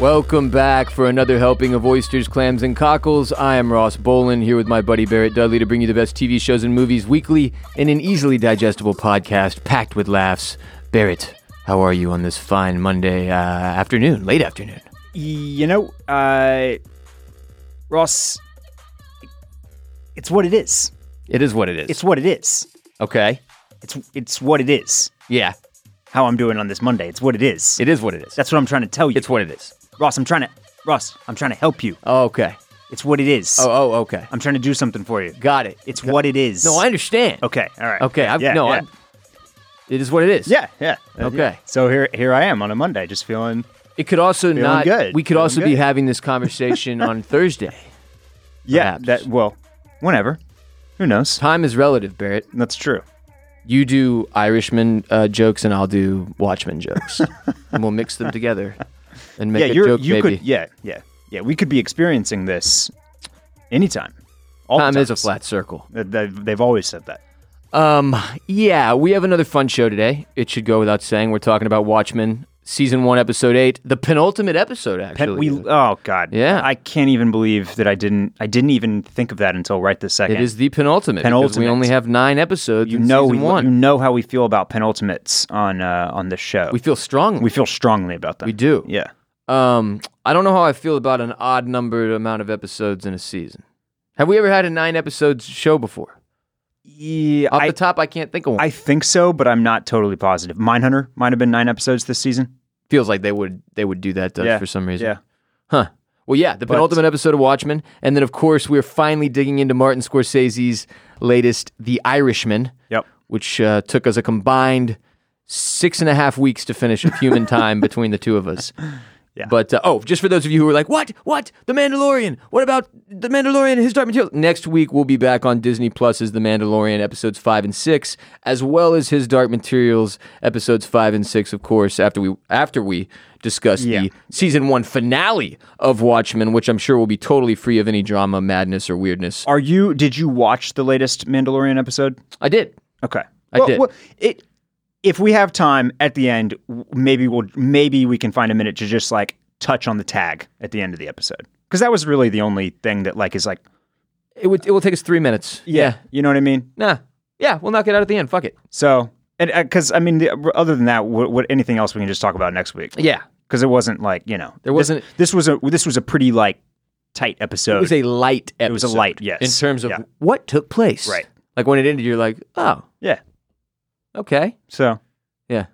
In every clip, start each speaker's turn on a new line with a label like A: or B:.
A: Welcome back for another helping of oysters, clams, and cockles. I am Ross Bolin here with my buddy Barrett Dudley to bring you the best TV shows and movies weekly in an easily digestible podcast packed with laughs. Barrett, how are you on this fine Monday uh, afternoon, late afternoon?
B: You know, uh, Ross, it's what it is.
A: It is what it is.
B: It's what it is.
A: okay.
B: It's it's what it is.
A: Yeah,
B: How I'm doing on this Monday. It's what it is.
A: it is what it is.
B: That's what I'm trying to tell you.
A: it's what it is.
B: Ross, I'm trying to Ross, I'm trying to help you.
A: Okay.
B: It's what it is.
A: Oh, oh, okay.
B: I'm trying to do something for you.
A: Got it.
B: It's what it is.
A: No, I understand.
B: Okay, all right.
A: Okay. I've,
B: yeah,
A: no,
B: yeah.
A: I'm, it is what it is.
B: yeah, yeah. Uh,
A: Okay.
B: yeah. So here here I am on a Monday just feeling
A: It could also not.
B: good.
A: We could
B: Feeling
A: also be
B: good.
A: having this conversation on Thursday.
B: yeah,
A: Perhaps.
B: that well, whenever. Who knows?
A: Time is relative, Barrett.
B: That's true.
A: You do Irishman uh, jokes, and I'll do Watchmen jokes, and we'll mix them together and make
B: yeah,
A: a
B: you're,
A: joke.
B: you
A: maybe
B: could. Yeah, yeah, yeah. We could be experiencing this anytime. All the
A: time is a
B: times.
A: flat circle.
B: They- They've, they've always said that.
A: Um, yeah, we have another fun show today. It should go without saying. We're talking about Watchmen, season one, episode eight, the penultimate episode,
B: Pet-
A: actually.
B: we oh god.
A: Yeah.
B: I can't even believe that I didn't. I didn't even think of that until right this second.
A: it is the penultimate. Because we
B: Penultimate.
A: only have nine episodes.
B: You
A: in
B: know we
A: season one.
B: you know how we feel about penultimates on uh, on this show.
A: we feel strongly.
B: we feel strongly about them.
A: we do.
B: Yeah.
A: Um, I don't know how I feel about an odd numbered amount of episodes in a season. Have we ever had a nine episodes show before?
B: Yeah.
A: Off
B: I,
A: the top, I can't think of one.
B: I think so, but I'm not totally positive. Mindhunter might have been nine episodes this season.
A: feels like they would they would do that to us
B: Yeah,
A: for some reason.
B: Yeah.
A: Huh. Well, yeah, the penultimate episode of Watchmen, and then of course we're finally digging into Martin Scorsese's latest, The Irishman,
B: Yep.
A: which uh, took us a combined six and a half weeks to finish of human time between the two of us.
B: Yeah.
A: But uh, oh, just for those of you who are like, what, what, The Mandalorian? What about The Mandalorian and His Dark Materials? Next week we'll be back on Disney Plus's The Mandalorian episodes five and six, as well as His Dark Materials episodes five and six, of course. After we after we discuss
B: Yeah.
A: the season one finale of Watchmen, which I'm sure will be totally free of any drama, madness, or weirdness.
B: Are you? Did you watch the latest Mandalorian episode?
A: I did.
B: Okay,
A: I did.
B: it, if we have time at the end, w- maybe we'll maybe we can find a minute to just like touch on the tag at the end of the episode because that was really the only thing that like is like
A: It would it will take us three minutes.
B: you know what I mean.
A: yeah. Nah. Yeah, we'll knock it out at the end. Fuck it.
B: So and because I mean, the, other than that, what, what anything else we can just talk about next week
A: Yeah.
B: because it wasn't like you know
A: There
B: this-
A: wasn't-
B: this, was a this was a pretty like tight episode.
A: It was a light episode. It
B: was a light, yes.
A: In terms of
B: Yeah.
A: what took place.
B: Right.
A: Like when it ended, you're like, oh,
B: yeah,
A: okay.
B: so
A: Yeah.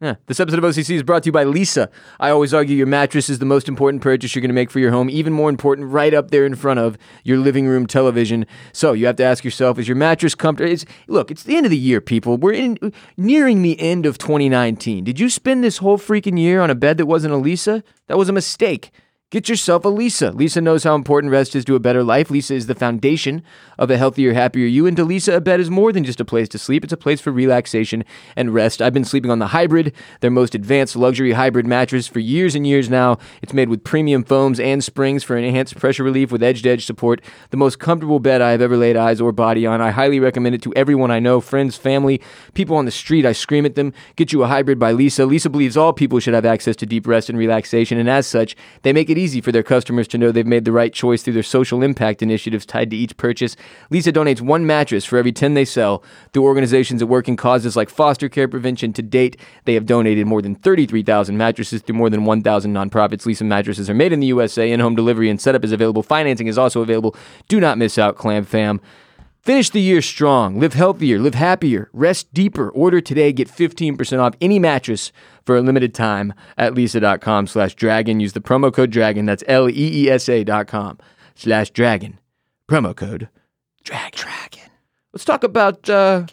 A: Yeah. This episode of OCC is brought to you by Lisa. I always argue your mattress is the most important purchase you're going to make for your home, even more important right up there in front of your living room television. So you have to ask yourself, is your mattress comfortable? It's, look, it's the end of the year, people. We're in, nearing the end of 2019. Did you spend this whole freaking year on a bed that wasn't a Lisa? That was a mistake. Get yourself a Lisa. Lisa knows how important rest is to a better life. Lisa is the foundation of a healthier, happier you. And to Lisa, a bed is more than just a place to sleep, it's a place for relaxation and rest. I've been sleeping on the Hybrid, their most advanced luxury hybrid mattress, for years and years now. It's made with premium foams and springs for enhanced pressure relief with edge to edge support. The most comfortable bed I have ever laid eyes or body on. I highly recommend it to everyone I know friends, family, people on the street. I scream at them. Get you a hybrid by Lisa. Lisa believes all people should have access to deep rest and relaxation, and as such, they make it easy for their customers to know they've made the right choice through their social impact initiatives tied to each purchase. Lisa donates one mattress for every 10 they sell through organizations that work in causes like foster care prevention. To date, they have donated more than 33,000 mattresses through more than 1,000 nonprofits. Lisa mattresses are made in the USA, in home delivery and setup is available. Financing is also available. Do not miss out, Clam Fam. Finish the year strong, live healthier, live happier, rest deeper. Order today, get 15% off any mattress for a limited time at lisa.com slash dragon. Use the promo code dragon, that's E L-E-E-S-A dot com slash dragon. Promo code drag dragon. Let's talk about uh,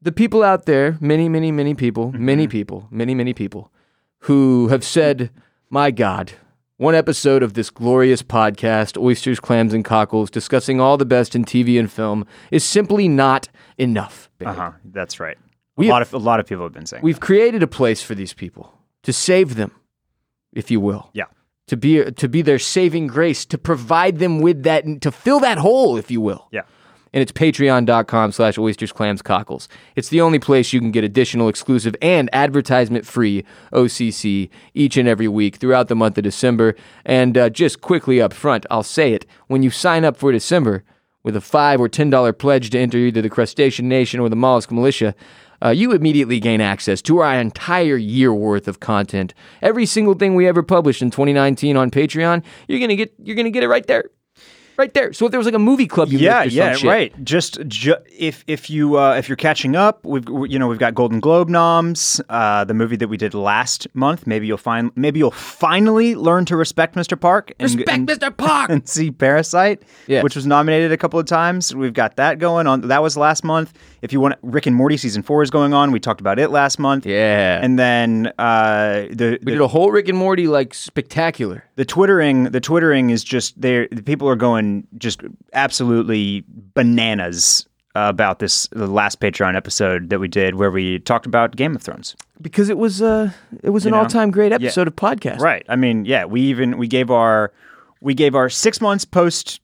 A: the people out there, many, many, many people, many people, many, many people who have said, My God, one episode of this glorious podcast, Oysters, Clams, and Cockles, discussing all the best in TV and film, is simply not enough. Barry.
B: uh huh, that's right. A
A: We-
B: lot of a lot of people have been saying
A: We've created a place for these people to save them, if you will.
B: yeah.
A: To be, to be their saving grace, to provide them with that, to fill that hole, if you will.
B: Yeah.
A: And and it's patreon.com slash oysters, clams, cockles. It's the only place you can get additional exclusive and advertisement-free OCC each and every week throughout the month of December. And uh, just quickly up front, I'll say it, when you sign up for December with a 5 or $10 pledge to enter either the Crustacean Nation or the Mollusk Militia, uh, you immediately gain access to our entire year worth of content. Every single thing we ever published in 2019 on Patreon, you're gonna get you're gonna get it right there, right there. So if there was like a movie club, you
B: yeah,
A: missed or some
B: yeah,
A: shit,
B: right. Just ju- if if you uh, if you're catching up, we've we- you know we've got Golden Globe noms, uh, the movie that we did last month. Maybe you'll find maybe you'll finally learn to respect Mr. Park and,
A: Respect
B: and,
A: Mr. Park.
B: and see Parasite,
A: Yeah.
B: which was nominated a couple of times. We've got that going on. That was last month. If you want, Rick and Morty season four is going on. We talked about it last month.
A: Yeah.
B: and then uh, the,
A: we
B: the
A: did a whole Rick and Morty like spectacular.
B: the twittering the twittering is just there the people are going just absolutely bananas about this the last patreon episode that we did where we talked about game of thrones
A: Because it was uh it was an all time great episode of podcast.
B: right i mean yeah we even we gave our we gave our six months post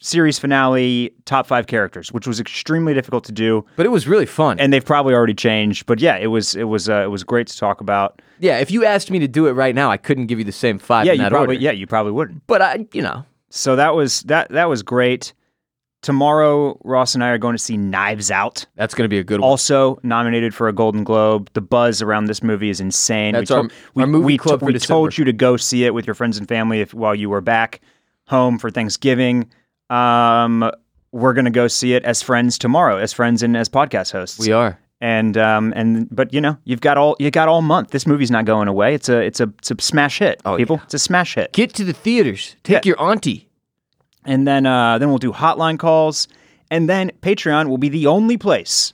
B: series finale top five characters which was extremely difficult to do
A: But it was really fun.
B: and they've probably already changed but yeah it was it was uh, it was great to talk about
A: yeah, if you asked me to do it right now, I couldn't give you the same five
B: yeah
A: in
B: you
A: that
B: probably
A: order.
B: yeah you probably wouldn't
A: But I you know.
B: so that was that that was great tomorrow ross and i are going to see knives out
A: That's gonna be a good one.
B: also nominated for a Golden Globe. The buzz around this movie is insane.
A: That's our- our movie
B: we,
A: club for
B: we
A: December.
B: told you to go see it with your friends and family if while you were back home for Thanksgiving. Um, we're gonna go see it as friends tomorrow, as friends and as podcast hosts.
A: We are.
B: and um, and but you know you've got all you got all month. This movie's not going away. It's a it's a it's a smash hit.
A: Oh,
B: people, it's a smash hit.
A: Get to the theaters. Take your auntie.
B: and then uh, then we'll do hotline calls, and then Patreon will be the only place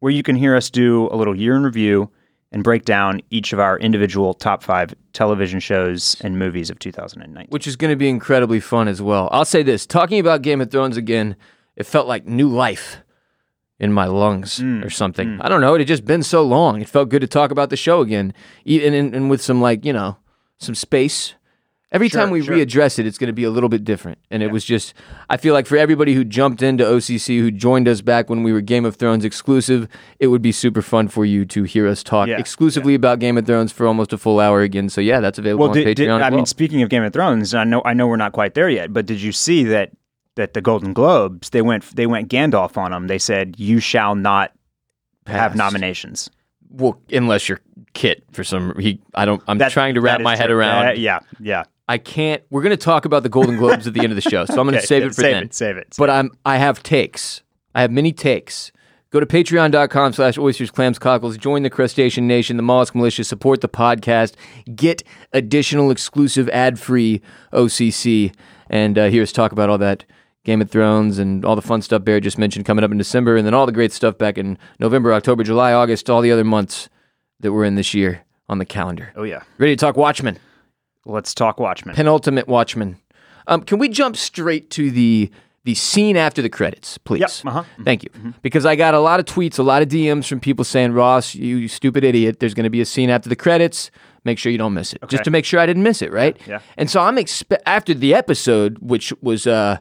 B: where you can hear us do a little year in review and break down each of our individual top five television shows and movies of 2019.
A: which is going to be incredibly fun as well. I'll say this: talking about Game of Thrones again, it felt like new life in my lungs
B: Mm,
A: or something. I don't know. It had just been so long. It felt good to talk about the show again, E- and and, and with some like you know some space. Every
B: Sure,
A: time we
B: sure.
A: readdress it, it's going to be a little bit different. And it was just, I feel like for everybody who jumped into OCC, who joined us back when we were Game of Thrones exclusive, it would be super fun for you to hear us talk
B: Yeah,
A: exclusively about Game of Thrones for almost a full hour again. So yeah, that's available
B: Well,
A: on
B: did,
A: Patreon.
B: did,
A: as
B: I
A: well.
B: mean, speaking of Game of Thrones, I know I know we're not quite there yet, but did you see that that the Golden Globes they went they went Gandalf on them? They said you shall not have
A: Passed.
B: nominations.
A: Well, unless you're Kit for some he I don't I'm
B: That's-
A: trying to wrap
B: that is
A: my head
B: true.
A: around.
B: That- yeah, yeah.
A: I can't we're going to talk about the Golden Globes at the end of the show. So I'm going to
B: Okay,
A: save it for
B: save
A: then.
B: It, save it.
A: But I'm I have takes. I have many takes. Go to patreon.com slash oysters, clams, cockles, join the crustacean nation, the mollusk militia, support the podcast, get additional exclusive ad-free OCC, and uh, hear us talk about all that Game of Thrones and all the fun stuff Bear just mentioned coming up in December, and then all the great stuff back in November, October, July, August, all the other months that we're in this year on the calendar.
B: oh yeah,
A: Ready to talk Watchmen?
B: let's talk Watchmen.
A: penultimate Watchmen. Um, can we jump straight to the the scene after the credits, please?
B: Yep, uh-huh.
A: Thank you. Because I got a lot of tweets, a lot of DMs from people saying, "Ross, you, you stupid idiot! There's going to be a scene after the credits. Make sure you don't miss it." Just to make sure I didn't miss it, right?
B: yeah.
A: And so I'm expe- after the episode, which was uh,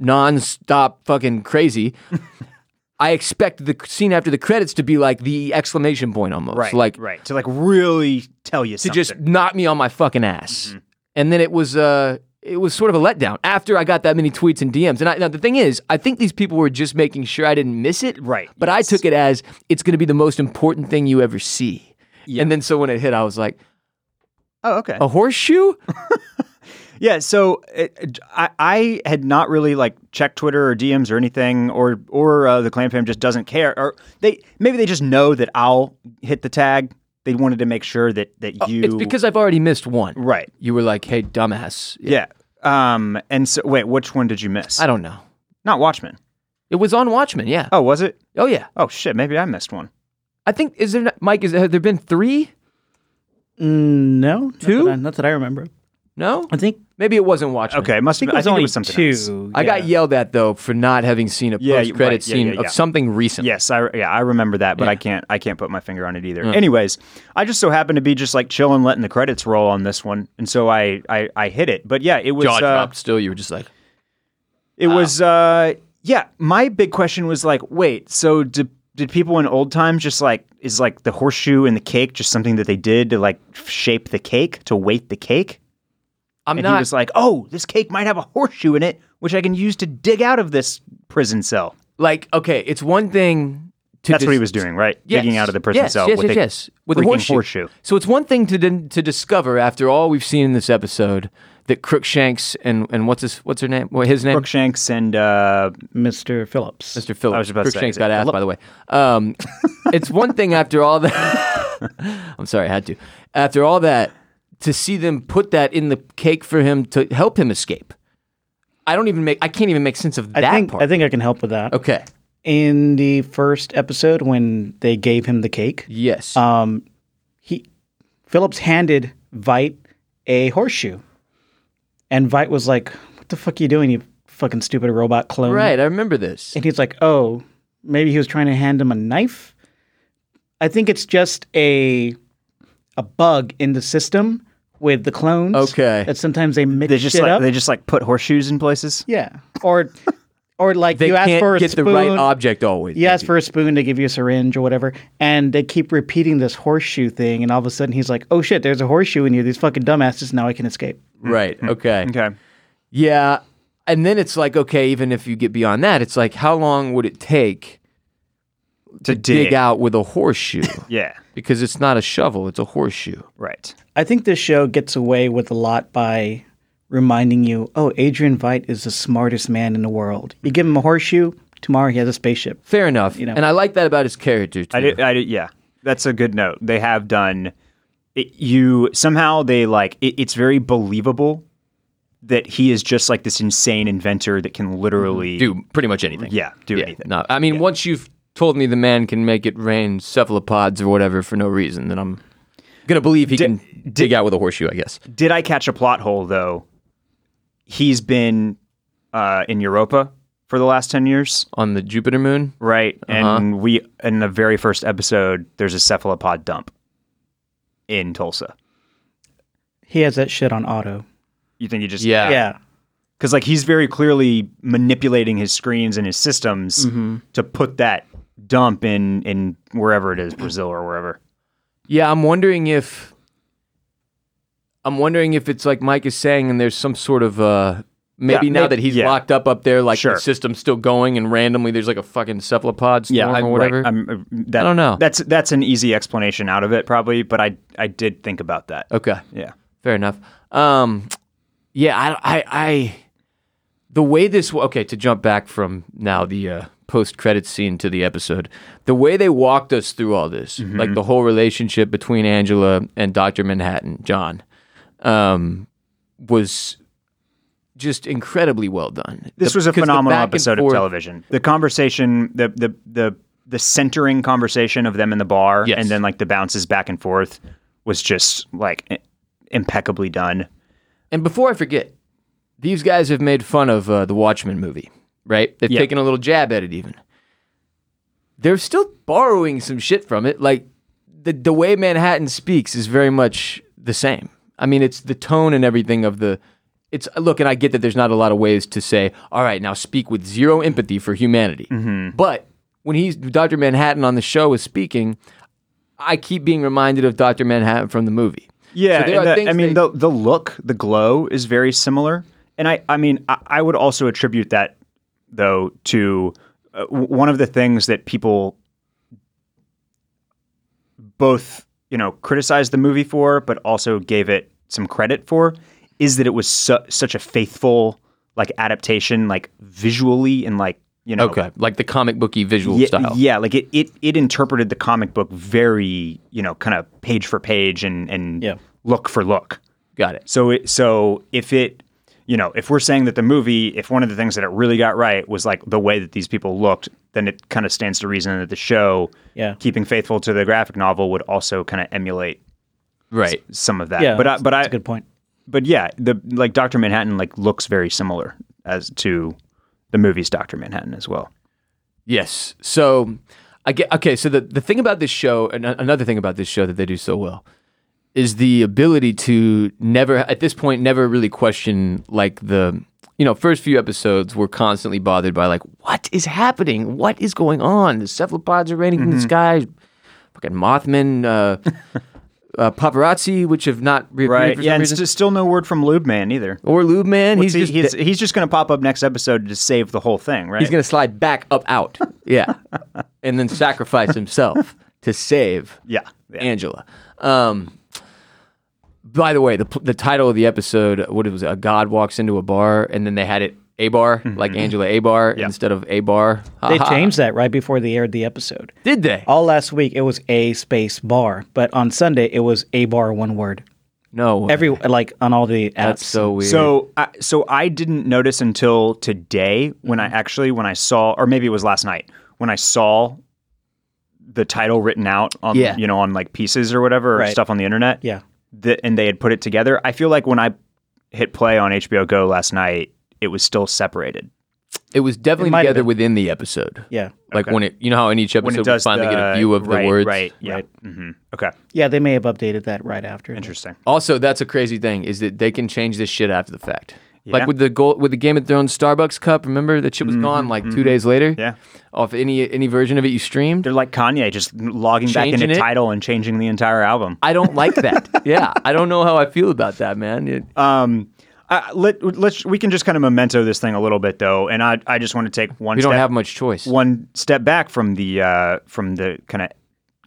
A: nonstop fucking crazy. I expect the scene after the credits to be like the exclamation point almost,
B: right,
A: like
B: right to like really tell you
A: to
B: something.
A: just
B: Mm-hmm.
A: knock me on my fucking ass. And then it was uh it was sort of a letdown after I got that many tweets and DMs. And I, now the thing is, I think these people were just making sure I didn't miss it.
B: Right,
A: But I took it as it's going to be the most important thing you ever see. And then so when it hit, I was like,
B: oh okay
A: a horseshoe?
B: yeah so it, it- I, I had not really like checked twitter or dms or anything or or uh, the clan fam just doesn't care or they maybe they just know that i'll hit the tag they wanted to make sure that that you
A: It's because I've already missed one.
B: right
A: You were like, hey, dumbass.
B: yeah. um and so wait which one did you miss
A: I don't know.
B: not watchmen
A: It was on Watchmen, yeah.
B: oh was it
A: Oh, yeah.
B: oh shit maybe i missed one
A: I think, is there, not, Mike, is, have there been three?
C: Mm, no, not that
A: Two?
C: I- Not that, I, remember.
A: No?
C: I think
A: Maybe it wasn't Watchmen.
B: okay it must
C: I think
B: have
C: it
B: been-
C: was
B: i think
C: only
B: it was something
C: two.
B: else.
C: Yeah.
A: I got yelled at, though, for not having seen a
B: Yeah,
A: post
B: you-
A: credit
B: right, yeah,
A: scene
B: yeah, yeah.
A: of something recent.
B: Yes, I yeah, I remember that, but I can't I can't put my finger on it either. Anyways, I just so happened to be just like chilling, letting the credits roll on this one, and so I I, I hit it. But yeah, it was
A: Jaw
B: uh,
A: dropped still. You were just like,
B: it was uh Yeah, my big question was like, wait, so did did people in old times just like is like the horseshoe and the cake just something that they did to like shape the cake to weight the cake?
A: I'm
B: And
A: not.
B: he was like, oh, this cake might have a horseshoe in it, which I can use to dig out of this prison cell.
A: like okay, it's one thing to
B: That's what he
A: dis-
B: was doing, right?
A: Yes,
B: Digging out of the prison
A: yes,
B: cell
A: Yes,
B: with
A: yes,
B: a
A: yes, with a
B: freaking
A: horseshoe.
B: horseshoe.
A: So it's one thing to din- to discover after all we've seen in this episode that Crookshanks and and what's his what's her name? Well, his name.
B: Crookshanks and uh,
C: Mr. Phillips.
A: Mr. Phillips.
B: I was about to say,
A: Crookshanks
B: is it
A: got asked, by the way. Um, it's one thing after all that. I'm sorry, I had to. After all that, to see them put that in the cake for him to help him escape. I don't even make. I can't even make sense of
C: I
A: that
C: think
A: part.
C: I think I can help with that.
A: okay.
C: In the first episode, when they gave him the cake,
A: Yes.
C: um, he Phillips handed Vite a horseshoe, and Vite was like, "What the fuck are you doing, you fucking stupid robot clone?"
A: right. I remember this.
C: And he's like, "Oh, maybe he was trying to hand him a knife." I think it's just a a bug in the system with the clones.
A: Okay.
C: that sometimes they mix
B: they just
C: shit
B: like
C: up.
B: they just like put horseshoes in places.
C: yeah, or or like
A: They
C: you ask
A: can't
C: for a
A: get
C: spoon.
A: the right object always.
C: you ask for a spoon, they give you a syringe or whatever, and they keep repeating this horseshoe thing. And all of a sudden, he's like, "Oh shit, there's a horseshoe in you. These fucking dumbasses. Now I can escape."
A: Right. Okay.
B: Mm-hmm. Okay.
A: Yeah. And then it's like, okay, even if you get beyond that, it's like, how long would it take
B: To
A: dig
B: dig,
A: out with a horseshoe?
B: Yeah.
A: because it's not a shovel, it's a horseshoe.
B: Right.
C: I think this show gets away with a lot by reminding you, "Oh, Adrian Veidt is the smartest man in the world." You give him a horseshoe, tomorrow he has a spaceship.
A: Fair enough.
C: know.
A: And I like that about his character too.
B: I did, I did, yeah. That's a good note. They have done it, you somehow they like it, it's very believable that he is just like this insane inventor that can literally
A: do pretty much anything.
B: yeah, do
A: Yeah,
B: anything.
A: No, I mean, once you've told me the man can make it rain cephalopods or whatever for no reason, then I'm gonna believe he can dig out with a horseshoe. I guess.
B: Did I catch a plot hole though? He's been uh, in Europa for the last 10 years,
A: On the Jupiter moon,
B: right?
A: Uh-huh.
B: And we in the very first episode there's a cephalopod dump in Tulsa.
C: He has that shit on auto.
B: You think he just
A: yeah,
C: Yeah.
B: because like he's very clearly manipulating his screens and his systems
A: Mm-hmm.
B: to put that dump in in wherever it is brazil or wherever
A: Yeah, I'm wondering if I'm wondering if it's like Mike is saying, and there's some sort of uh, maybe
B: Yeah,
A: now
B: may-
A: that he's
B: yeah.
A: locked up up there, like
B: Sure.
A: the system's still going, and randomly there's like a fucking cephalopod storm
B: I'm-
A: or whatever.
B: right, I'm, uh, that,
A: I don't know.
B: that's that's an easy explanation out of it probably but i i did think about that
A: okay,
B: yeah
A: fair enough. Um, yeah, I, I, I, the way this okay to jump back from now the uh, post credit scene to the episode, the way they walked us through all this,
B: Mm-hmm.
A: like the whole relationship between Angela and Doctor Manhattan, John, um, was just incredibly well done.
B: this
A: The-
B: was a
A: 'cause the
B: phenomenal
A: back and
B: episode of
A: forth-
B: television the conversation the the the the centering conversation of them in the bar
A: Yes.
B: and then like the bounces back and forth was just like i- impeccably done
A: And before I forget, these guys have made fun of uh, the Watchmen movie, right? They've
B: Yeah.
A: taken a little jab at it, even. They're still borrowing some shit from it. Like the the way Manhattan speaks is very much the same. I mean, it's the tone and everything of the. It's look, and I get that there's not a lot of ways to say, all right, now speak with zero empathy for humanity. But when he's Doctor Manhattan on the show is speaking, I keep being reminded of Doctor Manhattan from the movie.
B: Yeah,
A: So there
B: and
A: are
B: the-
A: things
B: I mean
A: they-
B: the the look, the glow is very similar, and I I mean I, I would also attribute that though to uh, w- one of the things that people both you know criticized the movie for, but also gave it some credit for, is that it was su- such a faithful like adaptation, like visually and like you know
A: Okay, like the comic booky visual
B: yeah,
A: style.
B: Yeah, like it, it it interpreted the comic book very, you know, kind of page for page and and
C: Yeah.
B: look for look.
A: Got it.
B: So it so if it you know, if we're saying that the movie, if one of the things that it really got right was like the way that these people looked, then it kind of stands to reason that the show,
C: Yeah.
B: keeping faithful to the graphic novel, would also kind of emulate
A: Right.
B: some of that.
C: Yeah.
B: but I, but
C: that's
B: I
C: a good point.
B: but yeah, the like Doctor Manhattan like looks very similar as to the movie's Doctor Manhattan as well.
A: Yes. So I get okay. So the the thing about this show, and a- another thing about this show that they do so well, is the ability to never at this point never really question like the you know first few episodes we're constantly bothered by like what is happening what is going on the cephalopods are raining
B: Mm-hmm.
A: from the sky fucking mothman uh, uh, paparazzi which have not reappeared
B: Right.
A: for
B: Yeah,
A: some
B: and
A: reason
B: st- still no word from Lube Man either.
A: or lube man he's
B: He's,
A: just
B: he's, he's just going to pop up next episode to save the whole thing, right?
A: he's going to slide back up out yeah and then sacrifice himself to save
B: yeah. yeah.
A: Angela. Um, by the way, the the title of the episode, what it was, a god walks into a bar, and then they had it a bar, like Angela a bar instead of a bar.
C: They changed that right before they aired the episode.
A: Did they?
C: All last week it was a space bar, but on Sunday it was a bar one word.
A: no,
C: Every like on all the apps.
A: that's so weird.
B: So, I, so I didn't notice until today when
A: Mm.
B: I actually when I saw, or maybe it was last night when I saw the title written out on,
A: Yeah.
B: you know, on like pieces or whatever or
C: Right.
B: stuff on the internet.
C: yeah.
B: that and they had put it together. I feel like when I hit play on HBO Go last night, it was still separated.
A: it was definitely
C: might have
A: together
C: been.
A: within the episode.
C: Yeah.
A: Like when it, you know how in each
B: When
A: episode
B: it does
A: we finally
B: the,
A: get a view of
B: right,
A: the words.
B: right? Yeah.
C: Right.
B: hmm Okay.
C: Yeah, they may have updated that right after.
B: Interesting.
A: Also, that's a crazy thing is that they can change this shit after the fact. Like
B: Yeah. Mm-hmm,
A: with the gold, with the Game of Thrones Starbucks cup, remember that shit was gone like two days later.
B: Yeah.
A: off any any version of it you streamed.
B: They're like Kanye, just logging back
A: Changing
B: into
A: it?
B: title and changing the entire album.
A: I don't like that. yeah, I don't know how I feel about that, man. It-
B: Um, I, let let's we can just kind of memento this thing a little bit though, and I I just want to take one.
A: we
B: step,
A: don't have much choice.
B: one step back from the uh, from the kind of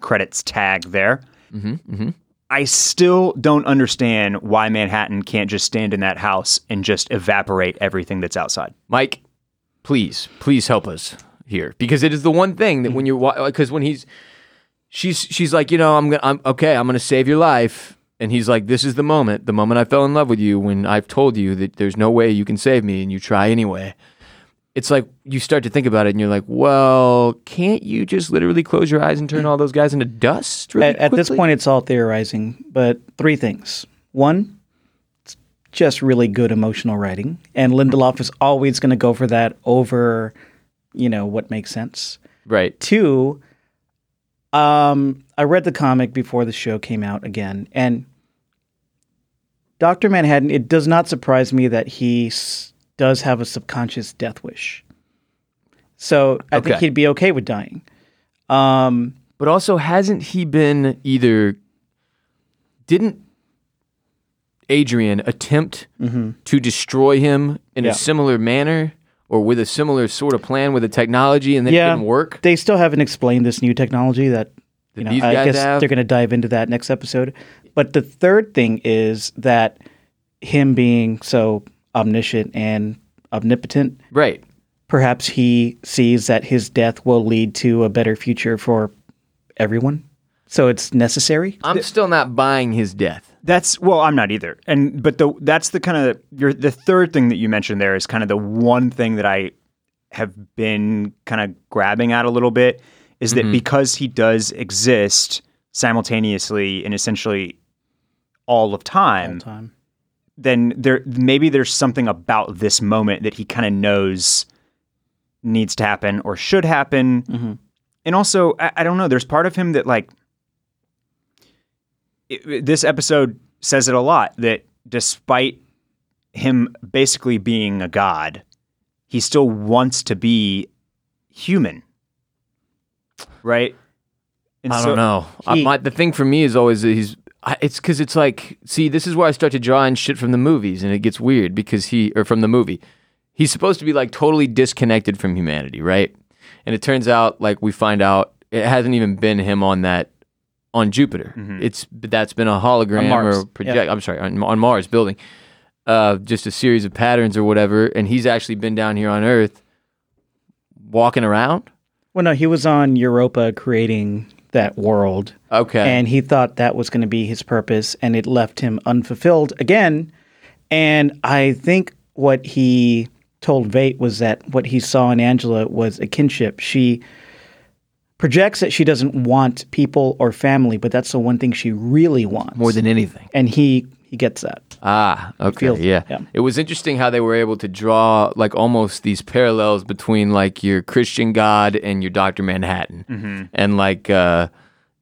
B: credits tag there.
A: Mm-hmm,
B: I still don't understand why Manhattan can't just stand in that house and just evaporate everything that's outside.
A: Mike, please, please help us here because it is the one thing that when you're because when he's she's she's like you know I'm gonna I'm okay I'm gonna save your life and he's like this is the moment the moment I fell in love with you when I've told you that there's no way you can save me and you try anyway. It's like you start to think about it and you're like, well, can't you just literally close your eyes and turn all those guys into dust? Really
C: At, at this
A: quickly?
C: point, it's all theorizing, but three things. One, it's just really good emotional writing, and Lindelof is always going to go for that over, you know, what makes sense.
A: right?
C: Two, um, I read the comic before the show came out again, and Doctor Manhattan. It does not surprise me that he s- does have a subconscious death wish, so I think
A: Okay.
C: he'd be okay with dying. Um,
A: But also, hasn't he been either? Didn't Adrian attempt to destroy him in
C: Yeah.
A: a similar manner or with a similar sort of plan with the technology and that it didn't work?
C: They still haven't explained this new technology that you know,
A: these
C: I
A: guys
C: guess
A: have?
C: they're going to dive into that next episode. But the third thing is that him being so omniscient and omnipotent,
A: Right.
C: perhaps he sees that his death will lead to a better future for everyone. So it's necessary.
A: I'm still not buying his death.
B: That's well, I'm not either. And but the that's the kind of your the third thing that you mentioned there is kind of the one thing that I have been kind of grabbing at a little bit is that because he does exist simultaneously and essentially all of time,
C: Time.
B: then there maybe there's something about this moment that he kind of knows needs to happen or should happen.
A: Mm-hmm.
B: And also, I, I don't know. There's part of him that like it- it- this episode says it a lot that despite him basically being a god, he still wants to be human, right? And
A: I
B: so-
A: don't know. I,
C: he-
A: my, the thing for me is always that he's. I, it's because it's like, see, this is where I start to draw in shit from the movies, and it gets weird because he, or from the movie, he's supposed to be like totally disconnected from humanity, right? And it turns out, like we find out, it hasn't even been him on that on Jupiter. It's that's been a hologram
C: Mm-hmm. On Mars,
A: or
C: yeah.
A: project. I'm sorry, on, on Mars building, uh, just a series of patterns or whatever. And he's actually been down here on Earth, walking around.
C: Well, no, he was on Europa creating that world.
A: Okay,
C: and he thought that was going to be his purpose and it left him unfulfilled again and i think what he told vate was that what he saw in angela was a kinship she projects that she doesn't want people or family but that's the one thing she really wants
A: more than anything.
C: and he he gets that
A: Ah, okay,
C: feels-
A: yeah.
C: yeah.
A: It was interesting how they were able to draw like almost these parallels between like your Christian God and your Doctor Manhattan, and like uh,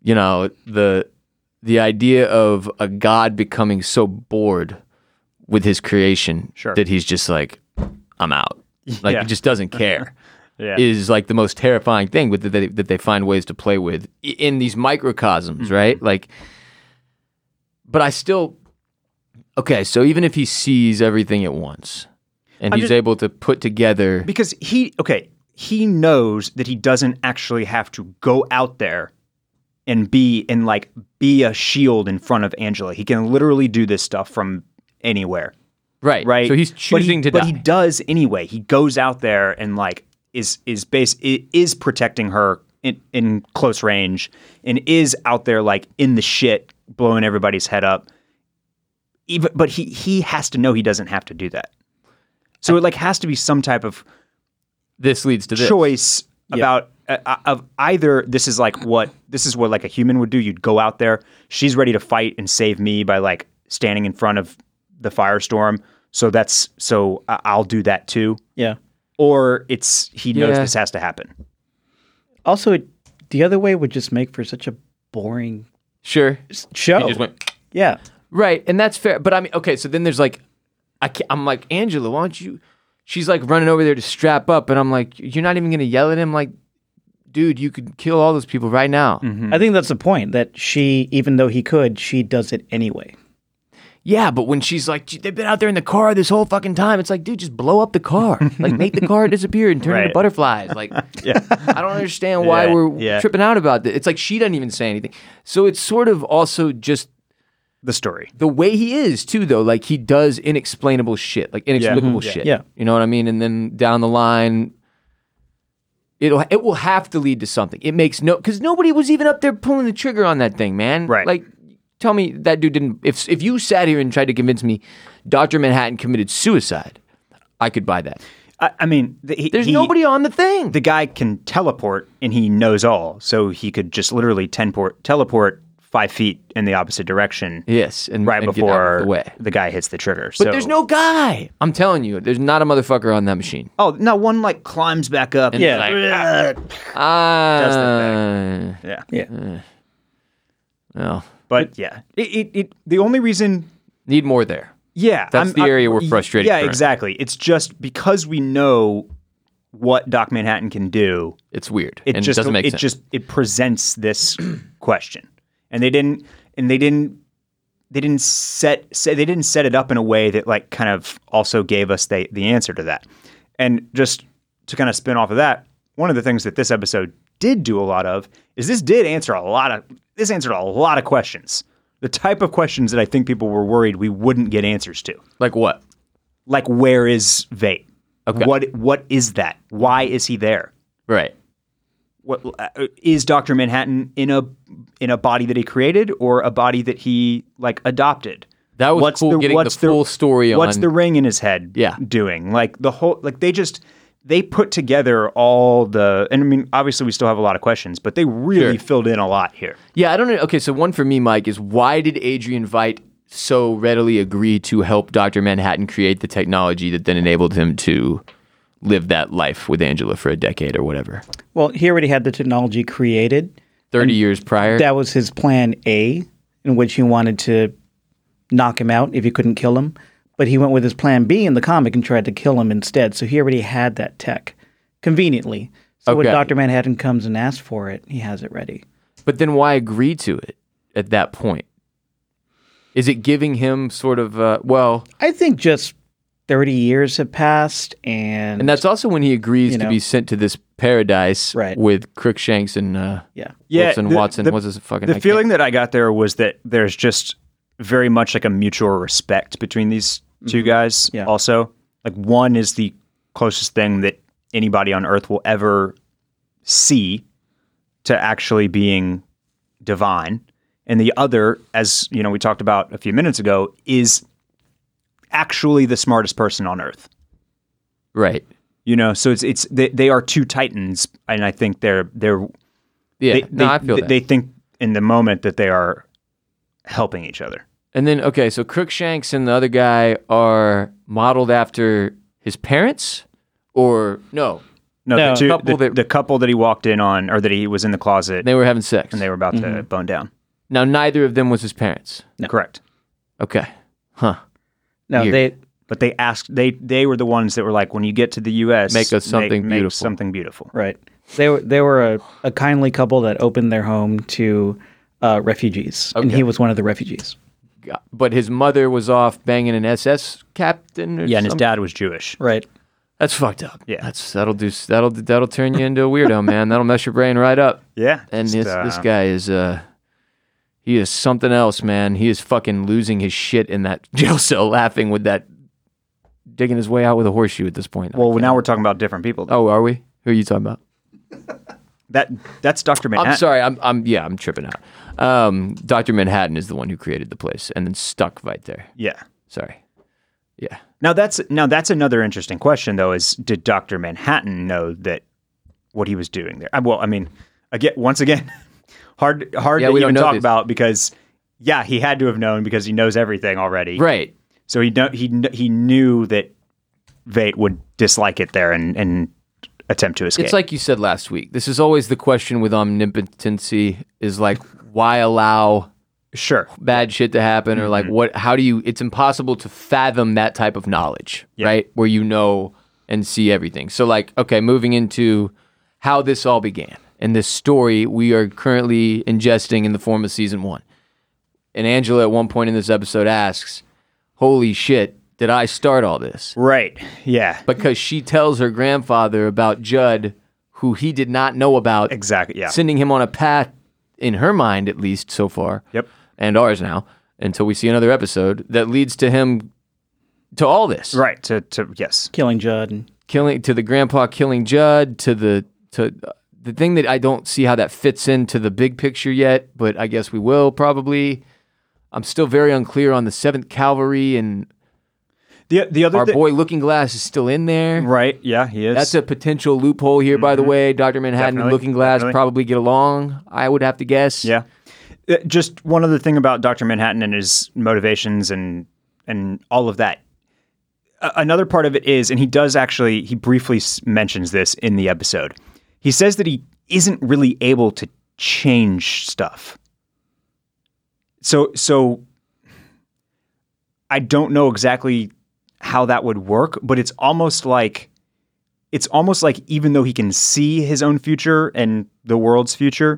A: you know the the idea of a god becoming so bored with his creation
B: Sure.
A: that he's just like, I'm out. Like
B: Yeah.
A: he just doesn't care.
B: Yeah.
A: Is like the most terrifying thing with that they, that they find ways to play with i- in these microcosms,
B: Mm-hmm.
A: right? Like, but I still okay. So even if he sees everything at once, and
B: I'm
A: he's
B: just-
A: able to put together,
B: because he okay he knows that he doesn't actually have to go out there and be and like be a shield in front of angela he can literally do this stuff from anywhere
A: right,
B: right
A: So he's
B: But he-
A: choosing to
B: but
A: die.
B: he does anyway he goes out there and like is is base i- is protecting her in, in close range and is out there like in the shit blowing everybody's head up even but he he has to know he doesn't have to do that so it like has to be some type of
A: this leads to this.
B: choice about uh, of either this is like what this is what like a human would do you'd go out there she's ready to fight and save me by like standing in front of the firestorm so that's so I- i'll do that too
C: Yeah.
B: or it's he knows
A: Yeah.
B: this has to happen
C: Also, it, the other way would just make for such a boring
A: Sure,
C: show.
A: he just went.
C: yeah.
A: Right, and that's fair. But I mean, okay, so then there's like, I can't, I'm like Angela, why don't you? She's like running over there to strap up, and I'm like, you're not even gonna yell at him, like, dude, you could kill all those people right now.
C: I think that's the point that she, even though he could, she does it anyway.
A: Yeah, but when she's like, "Gee, they've been out there in the car this whole fucking time, it's like, dude, just blow up the car, like make the car disappear and turn
B: Right.
A: into butterflies. Like, I don't understand why
B: Yeah,
A: we're
B: yeah.
A: tripping out about this. It's like she doesn't even say anything. So it's sort of also just
B: the story
A: the way he is too though like he does inexplainable shit like inexplicable shit
C: Yeah.
A: you know what i mean and then down the line it'll it will have to lead to something it makes no because nobody was even up there pulling the trigger on that thing man
B: Right.
A: like tell me that dude didn't if if you sat here and tried to convince me dr manhattan committed suicide i could buy that
B: i, I mean the, he,
A: there's
B: he-
A: nobody on the thing
B: the guy can teleport and he knows all so he could just literally tenport, teleport five feet in the opposite direction
A: yes and
B: right
A: and get out of
B: before
A: the way
B: guy hits the trigger
A: but there's no guy i'm telling you there's not a motherfucker on that machine
B: Oh no! One like climbs back up. And
C: Yeah.
B: like,
A: ah
B: yeah.
C: Yeah.
A: well,
B: But yeah, it, it, it the only reason.
A: need more there
B: Yeah,
A: That's the area we're
B: y-
A: frustrated
B: Yeah,
A: currently.
B: exactly. It's just because we know what Doc Manhattan can do.
A: It's weird.
B: It
A: and
B: just
A: it doesn't make
B: it
A: sense.
B: just it presents this question, and they didn't and they didn't they didn't set say they didn't set it up in a way that like kind of also gave us the the answer to that. And just to kind of spin off of that, one of the things that this episode did do a lot of is this did answer a lot of this answered a lot of questions. The type of questions that I think people were worried we wouldn't get answers to.
A: like what?
B: Like where is Vate? What what is that? Why is he there?
A: Right.
B: what uh, is Doctor Manhattan in a in a body that he created or a body that he like adopted?
A: That was cool getting the full story
B: What's
A: on-
B: the ring in his head?
A: Yeah.
B: doing like the whole like they just they put together all the and I mean obviously we still have a lot of questions but they really filled in a lot here.
A: Yeah, I don't know. Okay, so one for me, Mike, is why did Adrian Veidt so readily agree to help Dr. Manhattan create the technology that then enabled him to live that life with Angela for a decade or whatever?
C: Well, he already had the technology created.
A: 30 years prior?
C: That was his plan A, in which he wanted to knock him out if he couldn't kill him. But he went with his plan B in the comic and tried to kill him instead. So he already had that tech, conveniently. So when
A: Okay.
C: Dr. Manhattan comes and asks for it, he has it ready.
A: but then why agree to it at that point? Is it giving him sort of, uh, well,
C: I think just 30 years have passed and,
A: and that's also when he agrees
C: You know.
A: to be sent to this paradise
C: Right.
A: with Crookshanks and uh,
C: yeah.
A: Wilson
B: the-
A: Watson.
B: the-
A: What's his fucking I
B: The
A: can't-
B: feeling that I got there was that there's just very much like a mutual respect between these two guys.
C: Yeah.
B: Also, like one is the closest thing that anybody on Earth will ever see to actually being divine, and the other, as you know, we talked about a few minutes ago, is actually the smartest person on Earth.
A: Right.
B: You know, so it's it's they, they are two titans, and I think they're they're
A: Yeah.
B: they,
A: no,
B: they,
A: I feel
B: they,
A: that.
B: they think in the moment that they are helping each other.
A: And then okay, so Crookshanks and the other guy are modeled after his parents, or no,
B: No,
C: No,
B: the, two,
A: couple
B: the,
A: that-
B: the couple that he walked in on, or that he was in the closet,
A: they were having sex.
B: Mm-hmm. and they were about to bone down.
A: Now, neither of them was his parents.
B: Correct.
A: Okay. Huh.
C: No,
A: Here.
C: they
B: But they asked they they were the ones that were like, when you get to the U.S.,
A: Make us something
B: make
A: beautiful.
B: something beautiful.
C: right. They were they were a, a kindly couple that opened their home to uh, refugees, and he was one of the refugees.
A: Got- But his mother was off banging an SS captain. Or
B: Yeah, and his
A: some-
B: dad was Jewish.
C: Right.
A: That's fucked up.
B: Yeah.
A: That's that'll do. That'll that'll turn you into a weirdo, man. That'll mess your brain right up.
B: Yeah,
A: And
B: Just,
A: this
B: uh,
A: this guy is uh, he is something else, man. He is fucking losing his shit in that jail cell, laughing with that, digging his way out with a horseshoe at this point.
B: Well, now we're talking about different people.
A: oh, are we? Who are you talking about?
B: That that's Doctor Manhattan.
A: I'm sorry. I'm, I'm yeah. I'm tripping out. Um, Doctor Manhattan is the one who created the place and then stuck right there.
B: Yeah.
A: Sorry. Yeah.
B: Now that's now that's another interesting question though. Is did Doctor Manhattan know that what he was doing there? Uh, Well, I mean, again, once again, hard hard
A: Yeah,
B: to
A: we don't
B: even
A: know
B: talk
A: this.
B: about because yeah, he had to have known because he knows everything already.
A: Right.
B: So he kno- he kn- he knew that Vate would dislike it there and and attempt to escape.
A: It's like you said last week. This is always the question with omnipotency: is like, why allow
B: sure,
A: bad shit to happen, or like, what? How do you? It's impossible to fathom that type of knowledge, right? Where you know and see everything. So, like, okay, moving into how this all began and this story we are currently ingesting in the form of season one. And Angela, at one point in this episode, asks, "Holy shit, did I start all this?"
B: right? Yeah,
A: because she tells her grandfather about Judd, who he did not know about,
B: exactly. Yeah,
A: sending him on a path in her mind, at least so far.
B: Yep.
A: And ours now, until we see another episode that leads to him to all this.
B: right. To to yes,
C: Killing Judd. And,
A: Killing to the grandpa killing Judd to the to uh, the thing that I don't see how that fits into the big picture yet, but I guess we will probably. I'm still very unclear on the Seventh Cavalry and
B: the the other
A: our
B: thi-
A: boy Looking Glass is still in there.
B: right. Yeah, he is.
A: That's a potential loophole here, by the way. Dr. Manhattan and
B: Definitely,
A: Looking Glass
B: definitely.
A: probably get along, I would have to guess.
B: Yeah. Uh, Just one other thing about Dr. Manhattan and his motivations and and all of that. A- another part of it is, and he does actually, he briefly s- mentions this in the episode. He says that he isn't really able to change stuff. So so I don't know exactly how that would work, but it's almost like it's almost like even though he can see his own future and the world's future,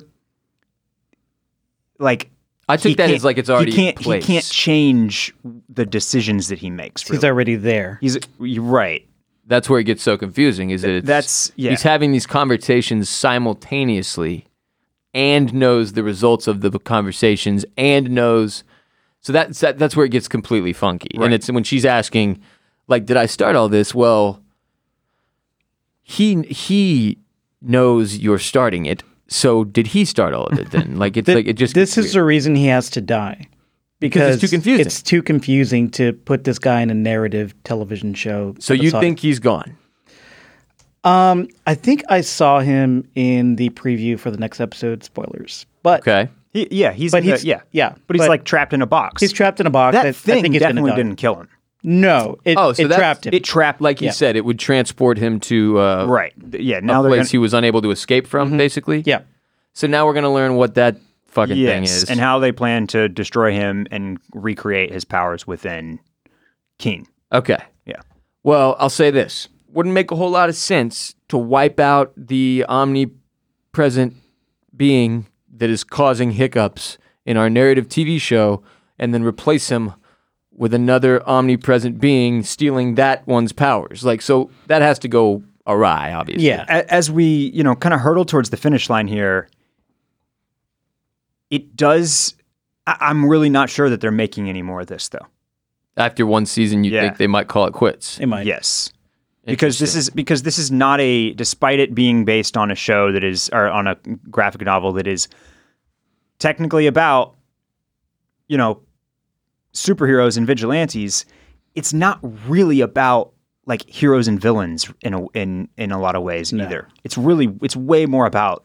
B: like
A: I
B: he
A: took that
B: can't-
A: as like it's
B: he
A: already in
B: can't,
A: place.
B: He can't change the decisions that he makes.
C: He's
B: really.
C: already there.
B: He's, you're right.
A: That's where it gets so confusing, is that it's,
B: That's yeah.
A: he's having these conversations simultaneously and knows the results of the conversations and knows. So that's, that, that's where it gets completely funky. And it's when she's asking, like, did I start all this? Well, he he knows you're starting it. So did he start all of it then? Like it's like it just
C: this
A: gets
C: is the reason he has to die.
A: Because it's too confusing.
C: It's too confusing to put this guy in a narrative television show.
A: So you
C: episodic.
A: think he's gone?
C: Um, I think I saw him in the preview for the next episode. Spoilers, but
A: Okay.
B: He- yeah. He's
C: but
B: in the-
C: he's
B: yeah
C: yeah,
B: But he's
C: but
B: like trapped in a box.
C: he's trapped in a box.
B: that
C: I- I
B: thing
C: think he's gonna
B: definitely
C: die.
B: didn't kill him.
C: No, it,
A: Oh, so
C: it
A: that's-
C: trapped him.
B: It trapped
A: Like you said, it would transport him to uh,
B: right. Yeah.
A: a
B: Now they're
A: place
B: gonna, Mm-hmm.
A: he was unable to escape from, basically.
C: yeah,
A: So now we're gonna learn what that fucking thing
B: yes,
A: is.
B: and how they plan to destroy him and recreate his powers within Keen.
A: okay.
B: Yeah.
A: Well, I'll say this: wouldn't make a whole lot of sense to wipe out the omnipresent being that is causing hiccups in our narrative TV show, and then replace him with another omnipresent being stealing that one's powers. Like, so that has to go awry, obviously.
C: yeah.
B: a- as we you know kind of hurdle towards the finish line here it does I- i'm really not sure that they're making any more of this though
A: after one season, you
B: Yeah.
A: think they might call it quits.
C: It might.
B: yes because this is because this is not a despite it being based on a show that is or on a graphic novel that is technically about you know superheroes and vigilantes it's not really about like heroes and villains in a, in in a lot of ways either it's really it's way more about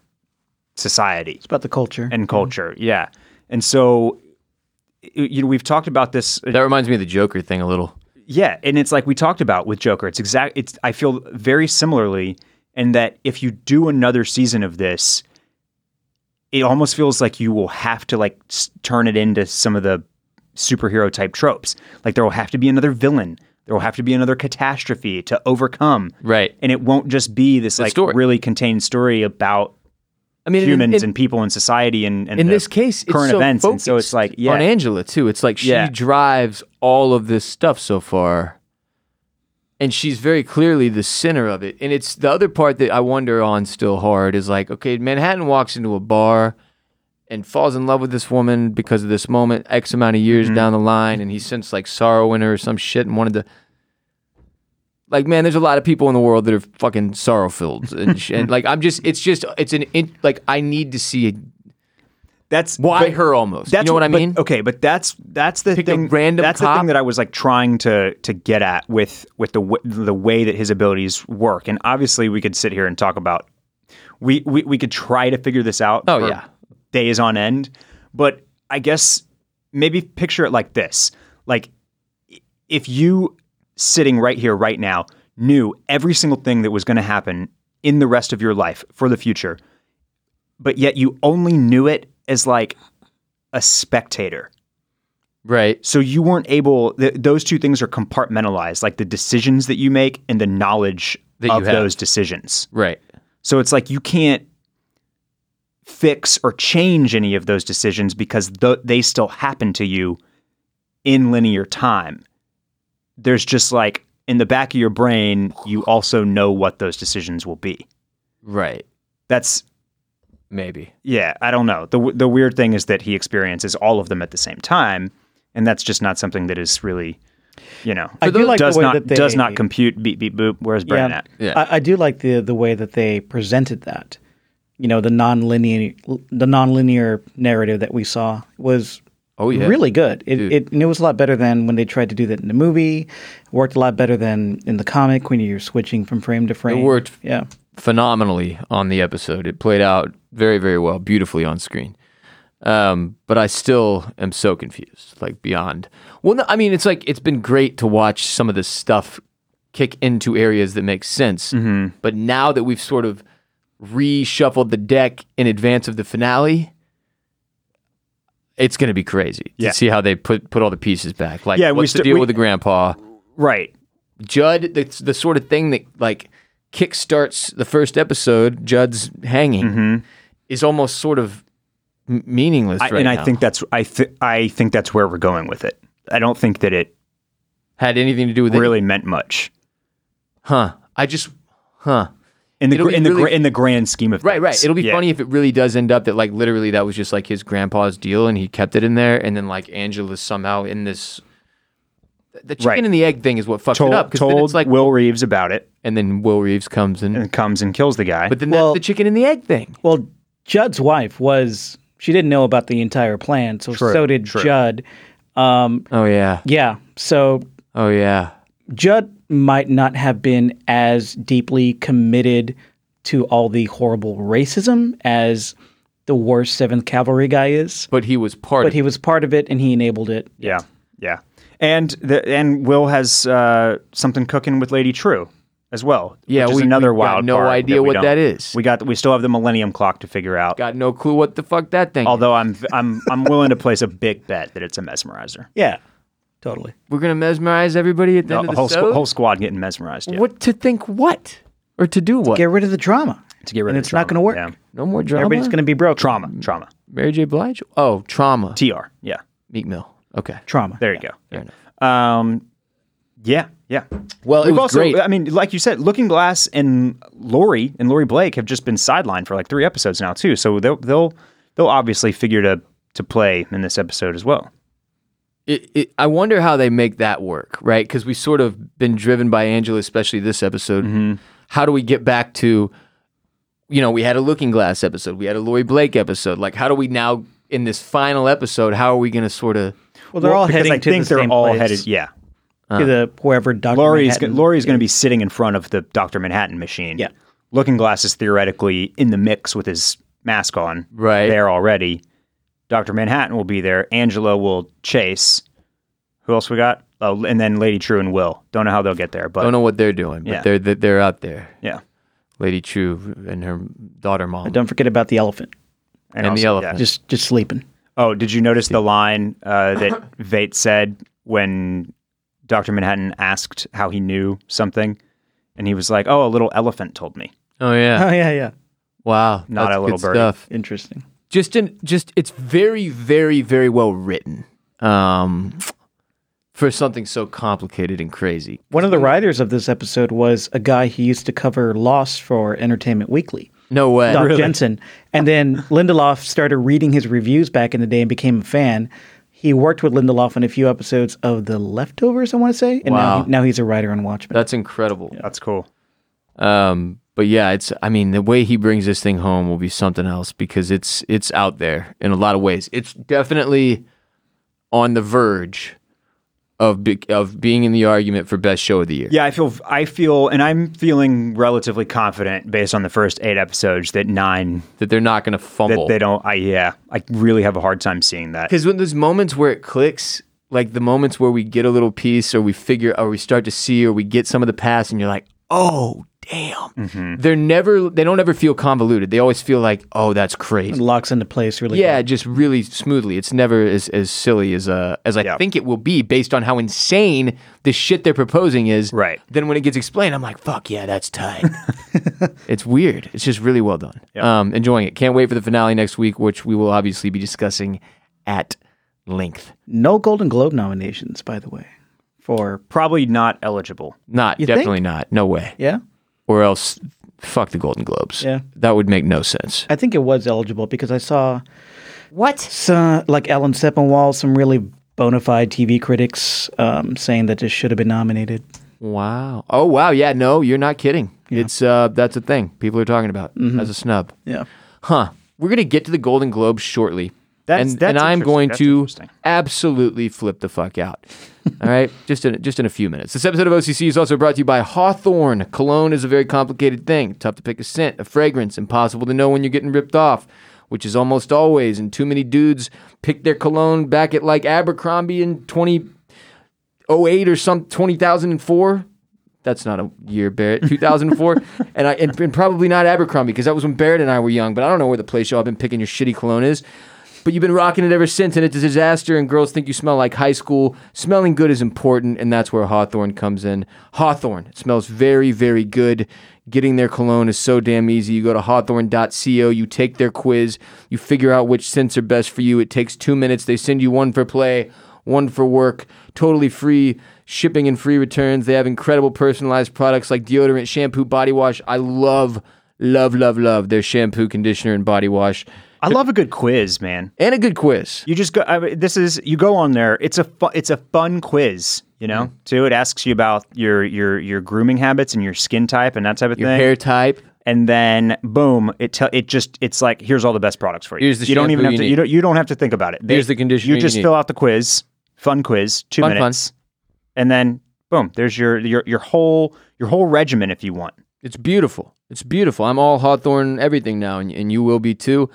B: society
C: It's about the culture.
B: and culture yeah and so y- you know we've talked about this uh,
A: that reminds me of the Joker thing a little.
B: yeah, and it's like we talked about with Joker. It's exact. It's I feel very similarly in that if you do another season of this, it almost feels like you will have to like s- turn it into some of the superhero type tropes. Like there will have to be another villain. There will have to be another catastrophe to overcome.
A: Right.
B: And it won't just be this like
A: story.
B: really contained story about
A: I mean, in-
B: humans
A: in,
B: and people and society and, and
A: in
B: the
A: this case,
B: current
A: it's so
B: events. And so it's
A: focused
B: like yeah,
A: on Angela too. It's like she
B: Yeah.
A: drives all of this stuff so far, and she's very clearly the center of it. And it's the other part that I wonder on still hard is like, okay, Manhattan walks into a bar and falls in love with this woman because of this moment X amount of years
B: Mm-hmm.
A: down the line, and he sensed like sorrow in her or some shit and wanted to. Like man, there's a lot of people in the world that are fucking sorrow filled, and, sh- and like I'm just, it's just, it's an in, like I need to see a
B: that's
A: why
B: but-
A: her almost?
B: That's
A: you know what I
B: but-
A: mean?
B: okay, but that's that's the
A: Pick a
B: thing.
A: random
B: that's the
A: cop.
B: thing that I was like trying to to get at with with the w- the way that his abilities work. And obviously, we could sit here and talk about we we, we could try to figure this out.
A: Oh,
B: for
A: yeah.
B: days on end. But I guess maybe picture it like this: like if you sitting right here right now knew every single thing that was going to happen in the rest of your life for the future but yet you only knew it as like a spectator.
A: Right.
B: So you weren't able, th- those two things are compartmentalized, like the decisions that you make and the knowledge
A: That you
B: of
A: have.
B: those decisions.
A: Right.
B: So it's like you can't fix or change any of those decisions because th- they still happen to you in linear time. There's just like in the back of your brain, you also know what those decisions will be.
A: Right.
B: That's
A: Maybe.
B: yeah, I don't know. The w- the weird thing is that he experiences all of them at the same time, and that's just not something that is really, you know,
C: I do like
B: does
C: the way
B: not
C: that they
B: does not compute beep beep boop. Where's Brennan
C: Yeah,
B: at?
A: Yeah.
C: I, I do like the the way that they presented that. You know, the non-linear the non-linear narrative that we saw was
A: Oh, yeah.
C: really good. It,
A: Dude.
C: it and it was a lot better than when they tried to do that in the movie. Worked a lot better than in the comic when you're switching from frame to frame.
A: worked.
C: Yeah.
A: Phenomenally on the episode. It played out very, very well, beautifully on screen. Um, but I still am so confused, like beyond. Well, no, I mean, it's like it's been great to watch some of this stuff kick into areas that make sense.
B: Mm-hmm.
A: But now that we've sort of reshuffled the deck in advance of the finale, it's going to be crazy
B: Yeah.
A: to see how they put put all the pieces back. Like,
B: Yeah, we
A: what's the
B: st-
A: deal
B: we-
A: with the grandpa?
B: Right.
A: Judd, the, the sort of thing that like kickstarts the first episode, Judd's hanging, is almost sort of m- meaningless
B: Mm-hmm. I,
A: right
B: and
A: now.
B: I think that's I th- I think that's where we're going with it. I don't think that it
A: had anything to do with it.
B: really meant much
A: Huh? I just, huh?
B: in the
A: It'll
B: gr-
A: be
B: in the gr-
A: really-
B: in the grand scheme of
A: Right, right.
B: things.
A: It'll be
B: Yeah.
A: funny if it really does end up that like literally that was just like his grandpa's deal and he kept it in there, and then like Angela's somehow in this. The chicken
B: Right.
A: and the egg thing is what fucked
B: Told,
A: it up because
B: told
A: then it's like,
B: Will Reeves about it
A: and then Will Reeves comes in,
B: and comes and kills the guy.
A: but then
C: Well-
A: that's the chicken and the egg thing.
C: Well, Judd's wife was she didn't know about the entire plan, so so did Judd. Um,
A: Oh yeah,
C: yeah. So
A: oh yeah.
C: Judd might not have been as deeply committed to all the horrible racism as the worst Seventh Cavalry guy is,
A: But he was part.
C: but
A: of
C: he was part of it and he enabled it.
B: yeah, yeah. And the and Will has uh, something cooking with Lady True as well.
A: Yeah,
B: which
A: we-
B: is another
A: we got
B: wild.
A: no
B: card
A: idea
B: that we
A: what
B: don't-
A: that is.
B: We got we still have the Millennium Clock to figure out.
A: Got no clue what the fuck that thing.
B: Although I'm I'm I'm willing to place a big bet that it's a mesmerizer.
C: Yeah, totally.
A: We're gonna mesmerize everybody at the end
B: A
A: of
B: whole,
A: the
B: squ-
A: show.
B: whole squad getting mesmerized. Yeah,
A: What to think? What or to do what?
C: Get rid of the drama.
B: to get rid
C: and
B: of
C: it's not
B: trauma.
C: gonna work.
B: Yeah.
A: No more drama.
C: Everybody's going to be broke.
B: Trauma, trauma,
A: Mary J. Blige. Oh, trauma.
B: tr. Yeah,
A: Meek Mill. Okay.
C: Trauma.
B: there you go. Um, yeah, yeah.
A: Well, it
B: We've
A: was
B: also, uh,
A: great.
B: I mean, like you said, Looking Glass and Lori and Lori Blake have just been sidelined for like three episodes now too. So they'll they'll they'll obviously figure to to play in this episode as well.
A: It, it, I wonder how they make that work, right? Because we've sort of been driven by Angela, especially this episode.
B: Mm-hmm.
A: How do we get back to, you know, we had a Looking Glass episode, we had a Lori Blake episode. Like, how do we now in this final episode? How are we going to sort of?
C: Well, they're all
B: Because
C: heading
B: I
C: to
B: think
C: the
B: they're
C: same
B: all
C: place,
B: headed. Yeah,
C: to the wherever Doctor
B: Lori's go- Lori's going to be sitting in front of the Doctor Manhattan machine.
C: Yeah.
B: Looking Glass is theoretically in the mix with his mask on.
A: Right.
B: there already. Doctor Manhattan will be there. Angela will chase. Who else we got? Oh, and then Lady True and Will. Don't know how they'll get there, but
A: I don't know what they're doing, but
B: Yeah.
A: they're they're- they're out there.
B: yeah.
A: Lady True and her daughter mom.
C: Don't forget about the elephant.
A: And the
B: also-
A: elephant.
C: just just sleeping.
B: Oh, did you notice the line uh, that Vate said when Dr. Manhattan asked how he knew something? And he was like, oh, a little elephant told me.
A: Oh yeah.
C: Oh yeah, yeah.
A: Wow.
B: Not
A: That's
B: a little
A: good
B: birdie.
A: stuff.
C: Interesting.
A: Just in just it's very very very well written. Um for something so complicated and crazy.
C: One of the writers of this episode was a guy who used to cover Lost for Entertainment Weekly,
A: No way.
C: Doc Jensen. And then Lindelof started reading his reviews back in the day and became a fan. He worked with Lindelof on a few episodes of The Leftovers, I want to say, and now,
A: Wow.
C: he, now he's a writer on Watchmen.
A: That's incredible.
B: That's cool.
A: Um, but yeah, it's I mean the way he brings this thing home will be something else because it's it's out there in a lot of ways. It's definitely on the verge of be, of being in the argument for best show of the year.
B: Yeah, I feel, I feel, and I'm feeling relatively confident based on the first eight episodes that nine,
A: That they're not going to
B: that
A: fumble.
B: they don't, I, yeah, I really have a hard time seeing that.
A: Because when there's moments where it clicks, like the moments where we get a little piece or we figure or we start to see or we get some of the past and you're like, oh damn.
B: Mm-hmm.
A: They're never they don't ever feel convoluted. They always feel like, oh, that's crazy.
C: It locks into place really
A: yeah,
C: well.
A: just really smoothly. It's never as, as silly as uh, as I
B: Yeah.
A: think it will be based on how insane the shit they're proposing is.
B: Right.
A: Then when it gets explained, I'm like, fuck yeah, that's tight. it's weird. It's just really well done. Um, enjoying it. Can't wait for the finale next week, which we will obviously be discussing at length.
C: No Golden Globe nominations, by the way, for,
B: Probably not eligible.
A: Not
C: You think?
A: definitely not. No way.
C: yeah?
A: Or else, fuck the Golden Globes.
C: Yeah.
A: That would make no sense.
C: I think it was eligible because I saw
A: What?
C: some, like Alan Sepinwall, some really bona fide TV critics um, saying that this should have been nominated.
A: Wow. Oh wow. Yeah. No, you're not kidding. It's uh, that's a thing people are talking about
C: Mm-hmm.
A: as a snub.
C: Yeah.
A: Huh. We're going to get to the Golden Globes shortly.
B: That's-
A: and,
B: that's
A: and I'm
B: interesting.
A: going
B: That's
A: to
B: interesting.
A: absolutely flip the fuck out. All right, just in just in a few minutes. This episode of OCC is also brought to you by Hawthorne. Cologne is a very complicated thing. Tough to pick a scent, a fragrance, impossible to know when you're getting ripped off, which is almost always. And too many dudes pick their cologne back at like Abercrombie in 2008 or some 2004 that's not a year, Barrett. 2004, and I and, and probably not Abercrombie because that was when Barrett and I were young. But I don't know where the place y'all have been picking your shitty cologne is. But you've been rocking it ever since, and it's a disaster. And girls think you smell like high school. Smelling good is important, and that's where Hawthorne comes in. Hawthorne it smells very, very good. Getting their cologne is so damn easy. You go to hawthorne.co, you take their quiz, you figure out which scents are best for you. It takes two minutes. They send you one for play one for work, totally free shipping and free returns. They have incredible personalized products like deodorant, shampoo, body wash. I love, love, love, love their shampoo, conditioner, and body wash,
B: I love a good quiz, man.
A: and a good quiz.
B: You just go. I mean, this is you go on there. It's a fu- it's a fun quiz, you know.
A: Mm-hmm.
B: Too, it asks you about your your your grooming habits and your skin type and that type of
A: Your
B: thing.
A: hair type.
B: And then boom, it tell it just it's like here's all the best products for you.
A: Here's the
B: you don't even
A: shampoo
B: have
A: you
B: to
A: need.
B: you don't you don't have to think about it.
A: Here's the conditioner
B: You
A: you
B: just
A: need.
B: fill out the quiz, fun quiz, two
A: Fun, fun.
B: minutes, and then boom, there's your your your whole your whole regimen if you want.
A: It's beautiful. It's beautiful. I'm all Hawthorne everything now, and, and you will be too.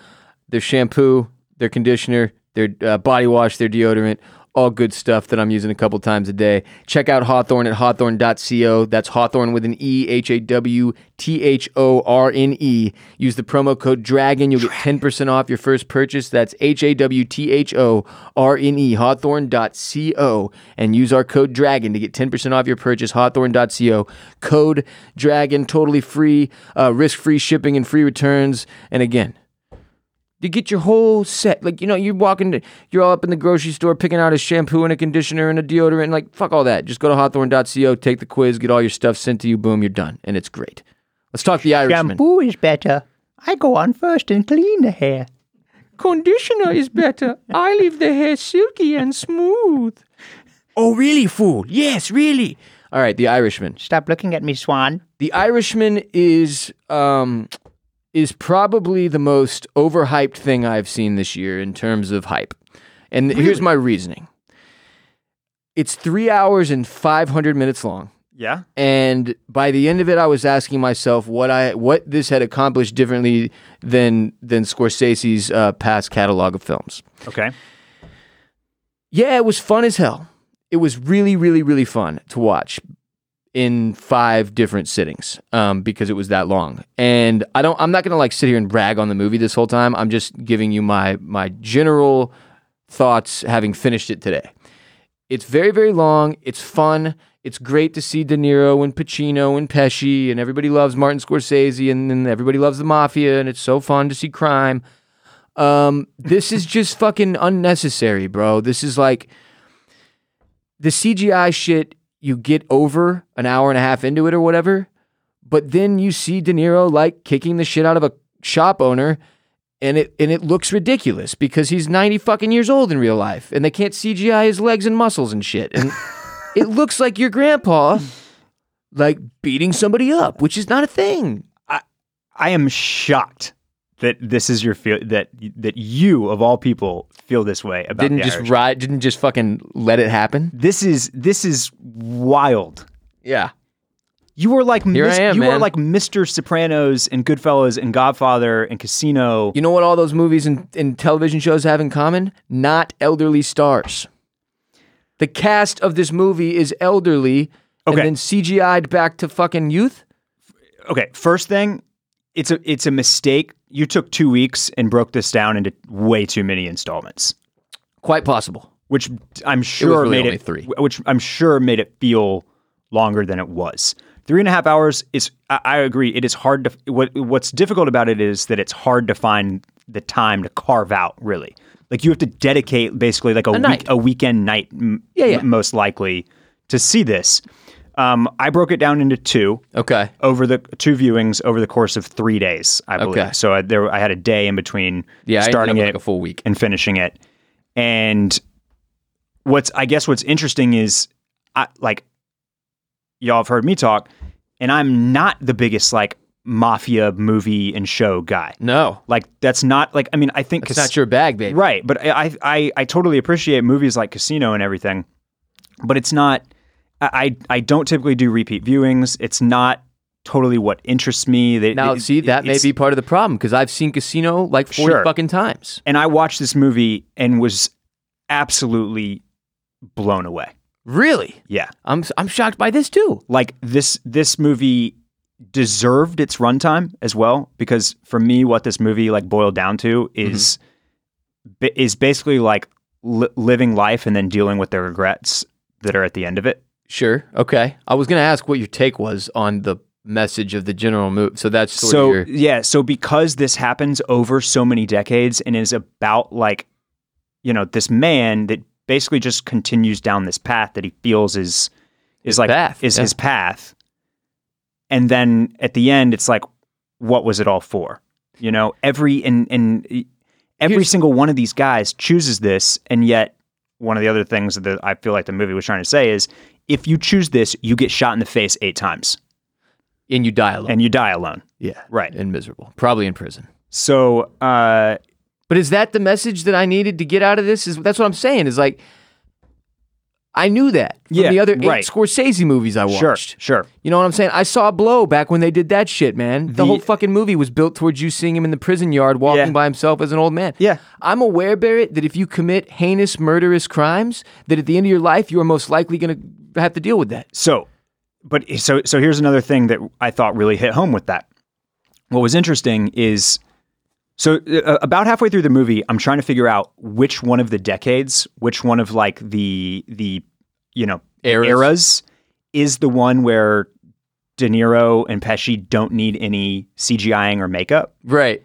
A: Their shampoo, their conditioner, their uh, body wash, their deodorant, all good stuff that I'm using a couple times a day. Check out Hawthorne at hawthorne.co. That's Hawthorne with an E, H A W T H O R N E. Use the promo code DRAGON. You'll get 10% off your first purchase. That's H A W T H O R N E, hawthorne.co. And use our code DRAGON to get 10% off your purchase, hawthorne.co. Code DRAGON, totally free, uh, risk free shipping and free returns. And again, you get your whole set. Like, you know, you're walking, to, you're all up in the grocery store picking out a shampoo and a conditioner and a deodorant. Like, fuck all that. Just go to hawthorne.co, take the quiz, get all your stuff sent to you. Boom, you're done. And it's great. Let's talk the Irishman.
B: is better. I go on first and clean the hair.
A: Conditioner is better. I leave the hair silky and smooth. Oh, really, fool? Yes, really. All right, the Irishman.
B: Stop looking at me, Swan.
A: The Irishman is um, is probably the most overhyped thing I've seen this year in terms of hype, and here's my reasoning. It's three hours and five hundred minutes long,
B: Yeah.
A: and by the end of it, I was asking myself what I what this had accomplished differently than than Scorsese's uh, past catalog of films.
B: Okay.
A: Yeah, it was fun as hell. It was really, really, really fun to watch. in five different sittings um, because it was that long. And I don't. I'm not gonna like sit here and brag on the movie this whole time. I'm just giving you my my general thoughts having finished it today. It's very, very long. It's fun. It's great to see De Niro and Pacino and Pesci, and everybody loves Martin Scorsese, and, and everybody loves the mafia, and it's so fun to see crime. Um, this is just fucking unnecessary, bro. This is like the CGI shit you get over an hour and a half into it or whatever, but then you see De Niro like kicking the shit out of a shop owner and it and it looks ridiculous because he's 90 fucking years old in real life and they can't CGI his legs and muscles and shit. And it looks like your grandpa like beating somebody up, which is not a thing.
B: I am shocked that this is your feel that that you of all people feel this way about
A: Didn't
B: the
A: just
B: Irishman.
A: ride didn't just fucking let it happen.
B: this is this is wild.
A: Yeah.
B: You are like
A: Here I am,
B: you are
A: man.
B: like Mr. Sopranos and Goodfellas and Godfather and Casino.
A: You know what all those movies and, and television shows have in common? Not elderly stars. The cast of this movie is elderly
B: Okay.
A: and then CGI'd back to fucking youth.
B: okay, first thing, it's a it's a mistake. You took 2 weeks and broke this down into way too many installments,
A: Quite possible.
B: which I'm sure
A: really
B: made
A: only
B: it
A: three.
B: which I'm sure made it feel longer than it was. Three and a half hours is I, I agree. It is hard to what what's difficult about it is that it's hard to find the time to carve out really. Like you have to dedicate basically like a,
A: night.
B: week a weekend night m-
A: Yeah, yeah.
B: m- most likely to see this. Um, I broke it down into two
A: Okay.
B: over the two viewings over the course of three days, I believe.
A: Okay.
B: So I, there, I had a day in between
A: Yeah, I ended
B: starting
A: up
B: it
A: with, like, a full week.
B: and finishing it. And what's I guess what's interesting is, I like y'all have heard me talk, and I'm not the biggest like mafia movie and show guy.
A: No.
B: Like that's not like I mean I think
A: It's not your bag, baby.
B: Right, but I, I- I I totally appreciate movies like Casino and everything, but it's not. I I I don't typically do repeat viewings. It's not totally what interests me. They-
A: Now,
B: it-
A: see,
B: it-
A: that may
B: it's-
A: be part of the problem because I've seen Casino like 40
B: Sure.
A: fucking times.
B: And I watched this movie and was absolutely blown away.
A: Really?
B: Yeah,
A: I'm, I'm shocked by this too.
B: like this this movie deserved its runtime as well because for me, what this movie like boiled down to is ba- is basically like li- living life and then dealing with the regrets that are at the end of it.
A: Sure. Okay. I was going to ask what your take was on the message of the general move. So that's sort
B: so
A: of your.
B: yeah so because this happens over so many decades and is about like you know this man that basically just continues down this path that he feels is is like
A: path,
B: is
A: yeah.
B: his path and then at the end it's like what was it all for you know every and and e, every
A: Here's-
B: single one of these guys chooses this and yet one of the other things that I feel like the movie was trying to say is if you choose this you get shot in the face 8 times
A: And you die alone.
B: and you die alone
A: yeah.
B: right.
A: And miserable. Probably in prison.
B: so uh
A: But is that the message that I needed to get out of this? Is that's what I'm saying? Is like I knew that from
B: Yeah,
A: the other eight
B: right.
A: Scorsese movies I watched.
B: Sure, sure.
A: You know what I'm saying? I saw Blow back when they did that shit, man. The, whole fucking movie was built towards you seeing him in the prison yard walking
B: Yeah.
A: by himself as an old man.
B: Yeah.
A: I'm aware, Barrett, that if you commit heinous, murderous crimes, that at the end of your life, you are most likely going to have to deal with that.
B: So, but so so here's another thing that I thought really hit home with that. What was interesting is so uh, about halfway through the movie, I'm trying to figure out which one of the decades, which one of like the the you know
A: Eras.
B: is the one where De Niro and Pesci don't need any CGIing or makeup.
A: Right.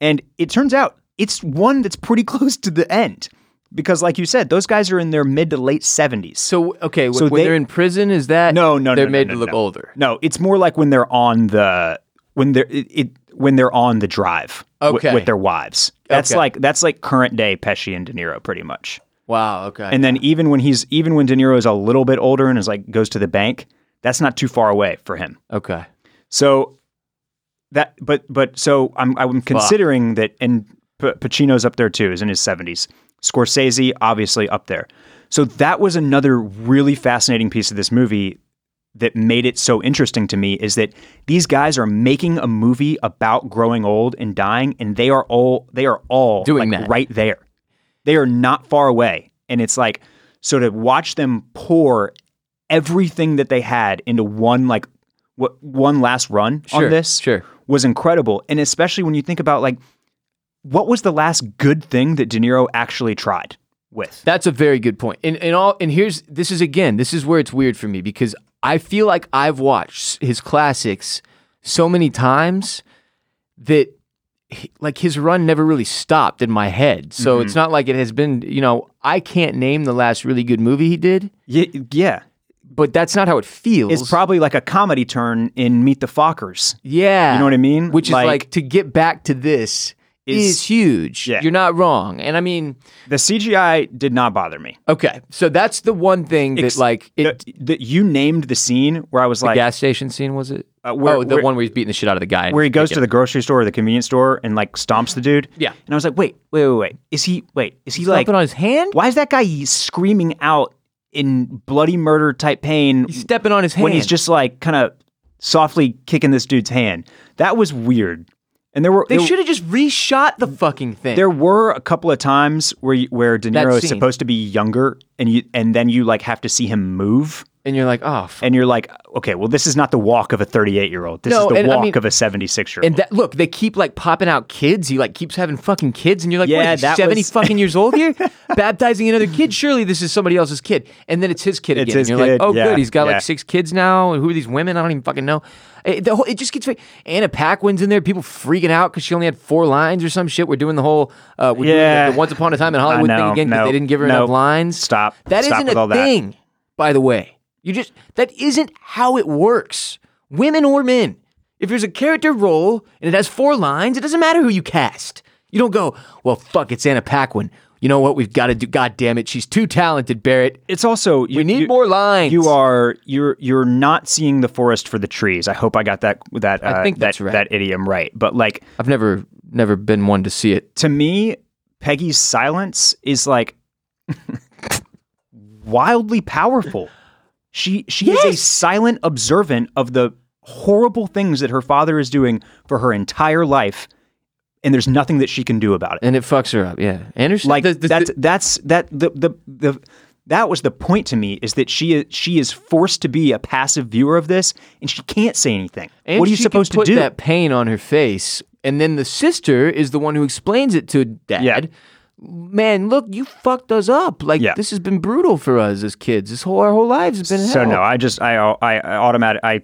B: And it turns out it's one that's pretty close to the end because like you said, those guys are in their mid to late 70s.
A: So, okay,
B: So
A: when
B: they-
A: they're in prison, is that.
B: No, no, no,
A: They're
B: no,
A: made
B: no,
A: to look
B: no.
A: older.
B: No, it's more like when they're on the when they're it, it when they're on the drive wi-
A: Okay.
B: with their wives. That's
A: Okay.
B: like that's like current day Pesci and De Niro pretty much.
A: Wow, okay.
B: And then even when he's even when De Niro is a little bit older and is like goes to the bank, that's not too far away for him.
A: okay.
B: So that but but so I'm I'm considering that and P- Pacino's up there too, is in his 70s. Scorsese obviously up there. So that was another really fascinating piece of this movie that made it so interesting to me is that these guys are making a movie about growing old and dying and they are all they are all
A: Doing
B: like,
A: that.
B: right there. They are not far away and it's like so to watch them pour everything that they had into one like what one last run
A: Sure,
B: on this
A: sure.
B: was incredible. And especially when you think about like what was the last good thing that De Niro actually tried with?
A: That's a very good point. And and all and here's this is again, this is where it's weird for me because I feel like I've watched his classics so many times that he- like his run never really stopped in my head. So
B: Mm-hmm.
A: it's not like it has been, you know, I can't name the last really good movie he did,
B: Y- yeah.
A: but that's not how it feels.
B: It's probably like a comedy turn in Meet the Fockers.
A: Yeah.
B: You know what I mean?
A: Which
B: Like-
A: is like to get back to this
B: Is-
A: is, huge.
B: Yeah.
A: You're not wrong. And I mean,
B: The CGI did not bother me.
A: okay. So that's the one thing that
B: Ex-
A: like it
B: That that you named the scene where I was like,
A: gas station scene was it?
B: Uh, where-
A: oh, the
B: where-
A: one where he's beating the shit out of the guy.
B: where he goes to the grocery store or the convenience store and like stomps the dude.
A: Yeah.
B: And I was like, wait, wait, wait, wait. Is he, wait, is he
A: like
B: like,
A: on his hand.
B: why is that guy screaming out in bloody murder type pain
A: He's stepping on his hand
B: when he's just like kind of softly kicking this dude's hand? That was weird. And there were,
A: They
B: there,
A: should have just reshot the fucking thing.
B: there were a couple of times where you, where De
A: That
B: Niro is
A: scene.
B: supposed to be younger and you, and then you like have to see him move.
A: and you're like, oh. f-
B: and you're like, okay, well, this is not the walk of a 38 year old. This
A: No,
B: is the
A: and I
B: walk
A: mean-
B: of a 76 year
A: And
B: old.
A: that look, they keep like popping out kids. He like keeps having fucking kids, and you're like,
B: Yeah,
A: yeah, what,
B: that
A: he's seventy
B: was-
A: fucking years old here, baptizing another kid. Surely this is somebody else's kid. And then it's his kid again.
B: his
A: and you're
B: kid,
A: like, oh
B: yeah,
A: good, he's got
B: yeah.
A: like six kids now. Who are these women? I don't even fucking know. It, the whole, it just gets very- Anna Paquin's in there. People freaking out because she only had four lines or some shit. We're doing the whole uh, we're doing the-
B: Yeah.
A: the, Once Upon a Time in Hollywood
B: know,
A: thing again because
B: no,
A: they didn't give her
B: no.
A: enough lines.
B: Stop.
A: That
B: Stop
A: not
B: with
A: a
B: all that.
A: thing, by the way. You just that isn't how it works. Women or men. If there's a character role and it has four lines, it doesn't matter who you cast. You don't go, well, fuck, it's Anna Paquin. You know what? We've got to do. God damn it, she's too talented, Barrett.
B: It's also you
A: We need
B: you-
A: more lines.
B: You are you're you're not seeing the forest for the trees. I hope I got that that uh,
A: think
B: that,
A: that's right.
B: that idiom right. But like
A: I've never, never been one to see it.
B: to me, Peggy's silence is like wildly powerful. She she is a
A: Yes.
B: silent observant of the horrible things that her father is doing for her entire life, and there's nothing that she can do about it.
A: And it fucks her up. Yeah. Anderson.
B: like
A: the- the-
B: that's that's that the, the the that was the point to me is that she is she is forced to be a passive viewer of this and she can't say anything.
A: And
B: what are you
A: she
B: supposed
A: can put
B: to do?
A: That pain on her face, and then the sister is the one who explains it to dad.
B: Yeah.
A: Man, look, you fucked us up. Like
B: Yeah.
A: this has been brutal for us as kids. This whole our whole lives has been
B: so
A: hell.
B: no, I just I I, I automatic I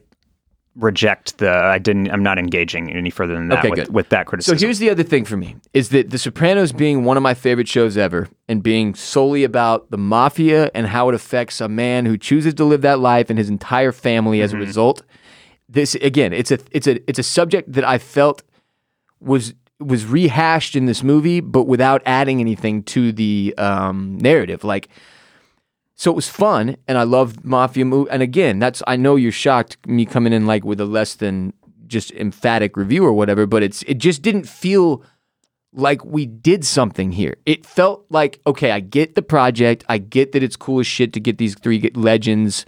B: reject the I didn't I'm not engaging any further than that
A: Okay,
B: with,
A: good.
B: with that
A: So
B: criticism.
A: here's the other thing for me is that The Sopranos being one of my favorite shows ever and being solely about the mafia and how it affects a man who chooses to live that life and his entire family as a result. This again, it's a it's a it's a subject that I felt was was rehashed in this movie, but without adding anything to the um, narrative. Like, so it was fun, and I love mafia movie. And again, that's I know you're shocked me coming in like with a less than just emphatic review or whatever, but it's it just didn't feel like we did something here. It felt like okay, I get the project, I get that it's cool as shit to get these three legends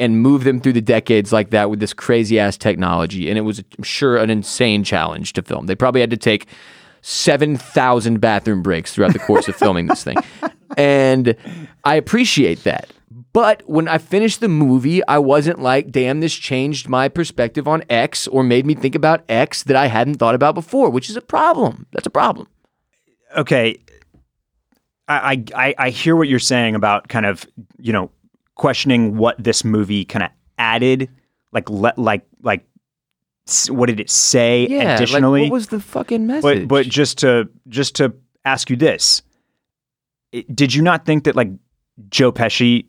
A: and move them through the decades like that with this crazy ass technology. And it was, I'm sure, an insane challenge to film. They probably had to take 7,000 bathroom breaks throughout the course of filming this thing. And I appreciate that. But when I finished the movie, I wasn't like, damn, this changed my perspective on X or made me think about X that I hadn't thought about before, which is a problem. That's a problem.
B: okay, I, I I- I hear what you're saying about kind of you know questioning what this movie kind of added, like let like like s- what did it say
A: Yeah.
B: additionally?
A: like, what was the fucking message?
B: but but just to just to ask you this, it- did you not think that like Joe Pesci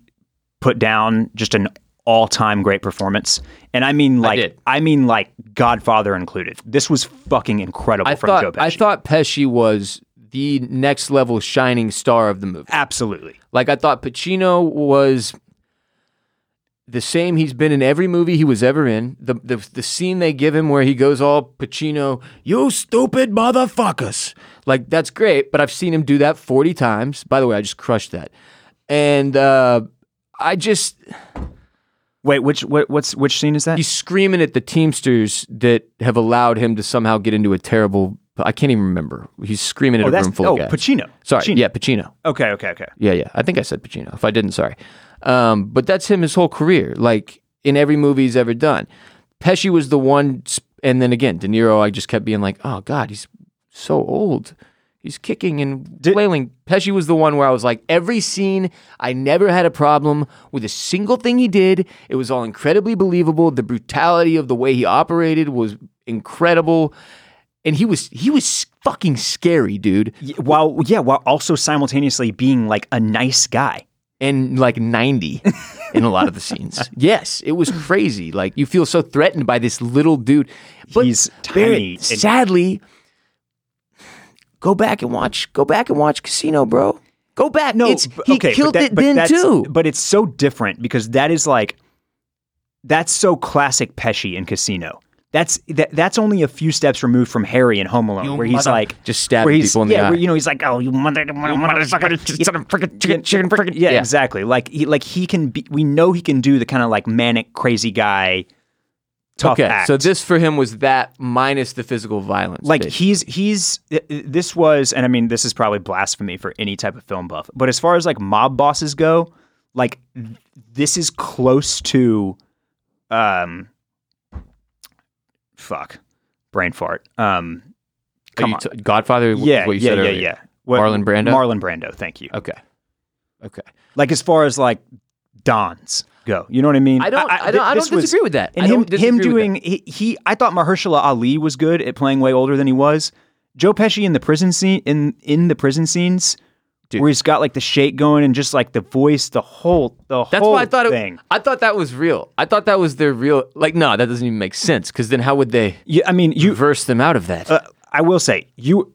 B: put down just an all time great performance? And I mean like
A: did.
B: mean like Godfather included. This was fucking incredible
A: I
B: from
A: thought,
B: Joe Pesci.
A: I thought Pesci was the next level shining star of the movie.
B: Absolutely.
A: Like I thought Pacino was the same he's been in every movie he was ever in. The the, the scene they give him where he goes all Pacino, you stupid motherfuckers. Like that's great, but I've seen him do that 40 times. By the way, I just crushed that. And uh I just
B: Wait, which what, what's which scene is that?
A: he's screaming at the Teamsters that have allowed him to somehow get into a terrible I can't even remember. He's screaming at
B: Oh,
A: a
B: that's
A: room full
B: oh
A: of guys.
B: Pacino.
A: Sorry,
B: Pacino.
A: yeah, Pacino.
B: Okay, okay, okay.
A: Yeah, yeah. I think I said Pacino. If I didn't, sorry. Um, but that's him his whole career, like in every movie he's ever done. Pesci was the one, sp- and then again, De Niro. I just kept being like, oh god, he's so old. He's kicking and
B: Did-
A: flailing. Pesci was the one where I was like, every scene, I never had a problem with a single thing he did. It was all incredibly believable. The brutality of the way he operated was incredible, and he was he was fucking scary, dude.
B: Y- While yeah, while also simultaneously being like a nice guy.
A: and like 90 in a lot of the scenes. Yes, it was crazy. Like you feel so threatened by this little dude. But
B: He's
A: Barrett,
B: tiny and-
A: sadly, go back and watch. Go back and watch Casino, bro. Go back.
B: No,
A: it's,
B: but-
A: he
B: okay, but
A: killed
B: that-
A: it
B: but
A: then
B: that's-
A: too.
B: But it's so different because that is like that's so classic Pesci in Casino. That's that, that's only a few steps removed from Harry in Home Alone, where he's
A: mother-
B: like
A: Just stabbing
B: where he's,
A: people in the
B: yeah,
A: eye.
B: where, you know he's like, oh, you mother, mother, mother,
A: chicken, chicken, frickin',
B: yeah,
A: yeah.
B: exactly. Like he, like he can be. We know he can do the kind of like manic, crazy guy, tough
A: okay,
B: act.
A: so this for him was that minus the physical violence.
B: like
A: bit.
B: he's he's th- th- this was, and I mean this is probably blasphemy for any type of film buff, but as far as like mob bosses go, like th- this is close to, um, fuck, brain fart. Um,
A: Are
B: come
A: Oh, you
B: on.
A: t- Godfather. w-
B: yeah,
A: what you
B: yeah,
A: said
B: yeah,
A: earlier.
B: yeah. What-
A: Marlon Brando?
B: Marlon Brando. Thank you.
A: Okay, okay.
B: like as far as like dons go. You know what I mean?
A: I don't. I, don't. I
B: this
A: don't
B: was-
A: disagree with that.
B: And
A: I
B: him,
A: don't
B: him
A: disagree with
B: doing he, he, I thought Mahershala Ali was good at playing way older than he was. Joe Pesci in the prison scene in in the prison scenes.
A: Dude.
B: Where he's got like the shake going and just like the voice, the whole, the
A: That's
B: whole
A: why I thought it.
B: thing.
A: I thought that was real. I thought that was their real. Like, no, that doesn't even make sense. Because then how would they
B: Yeah, I mean, you.
A: verse them out of that?
B: Uh, I will say you,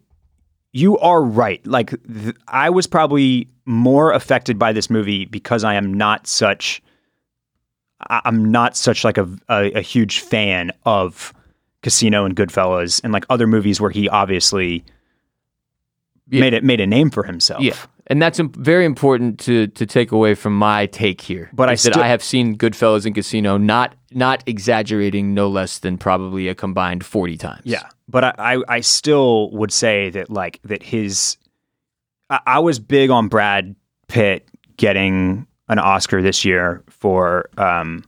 B: you are right. Like th- I was probably more affected by this movie because I am not such I- I'm not such like a, a a huge fan of Casino and Goodfellas and like other movies where he obviously
A: Yeah.
B: made it made a name for himself.
A: yeah, and that's im- very important to to take away from my take here.
B: But I
A: is that
B: still-
A: I have seen Goodfellas and Casino, not not exaggerating, no less than probably a combined forty times.
B: Yeah, but I, I, I still would say that like that his, I, I was big on Brad Pitt getting an Oscar this year for um,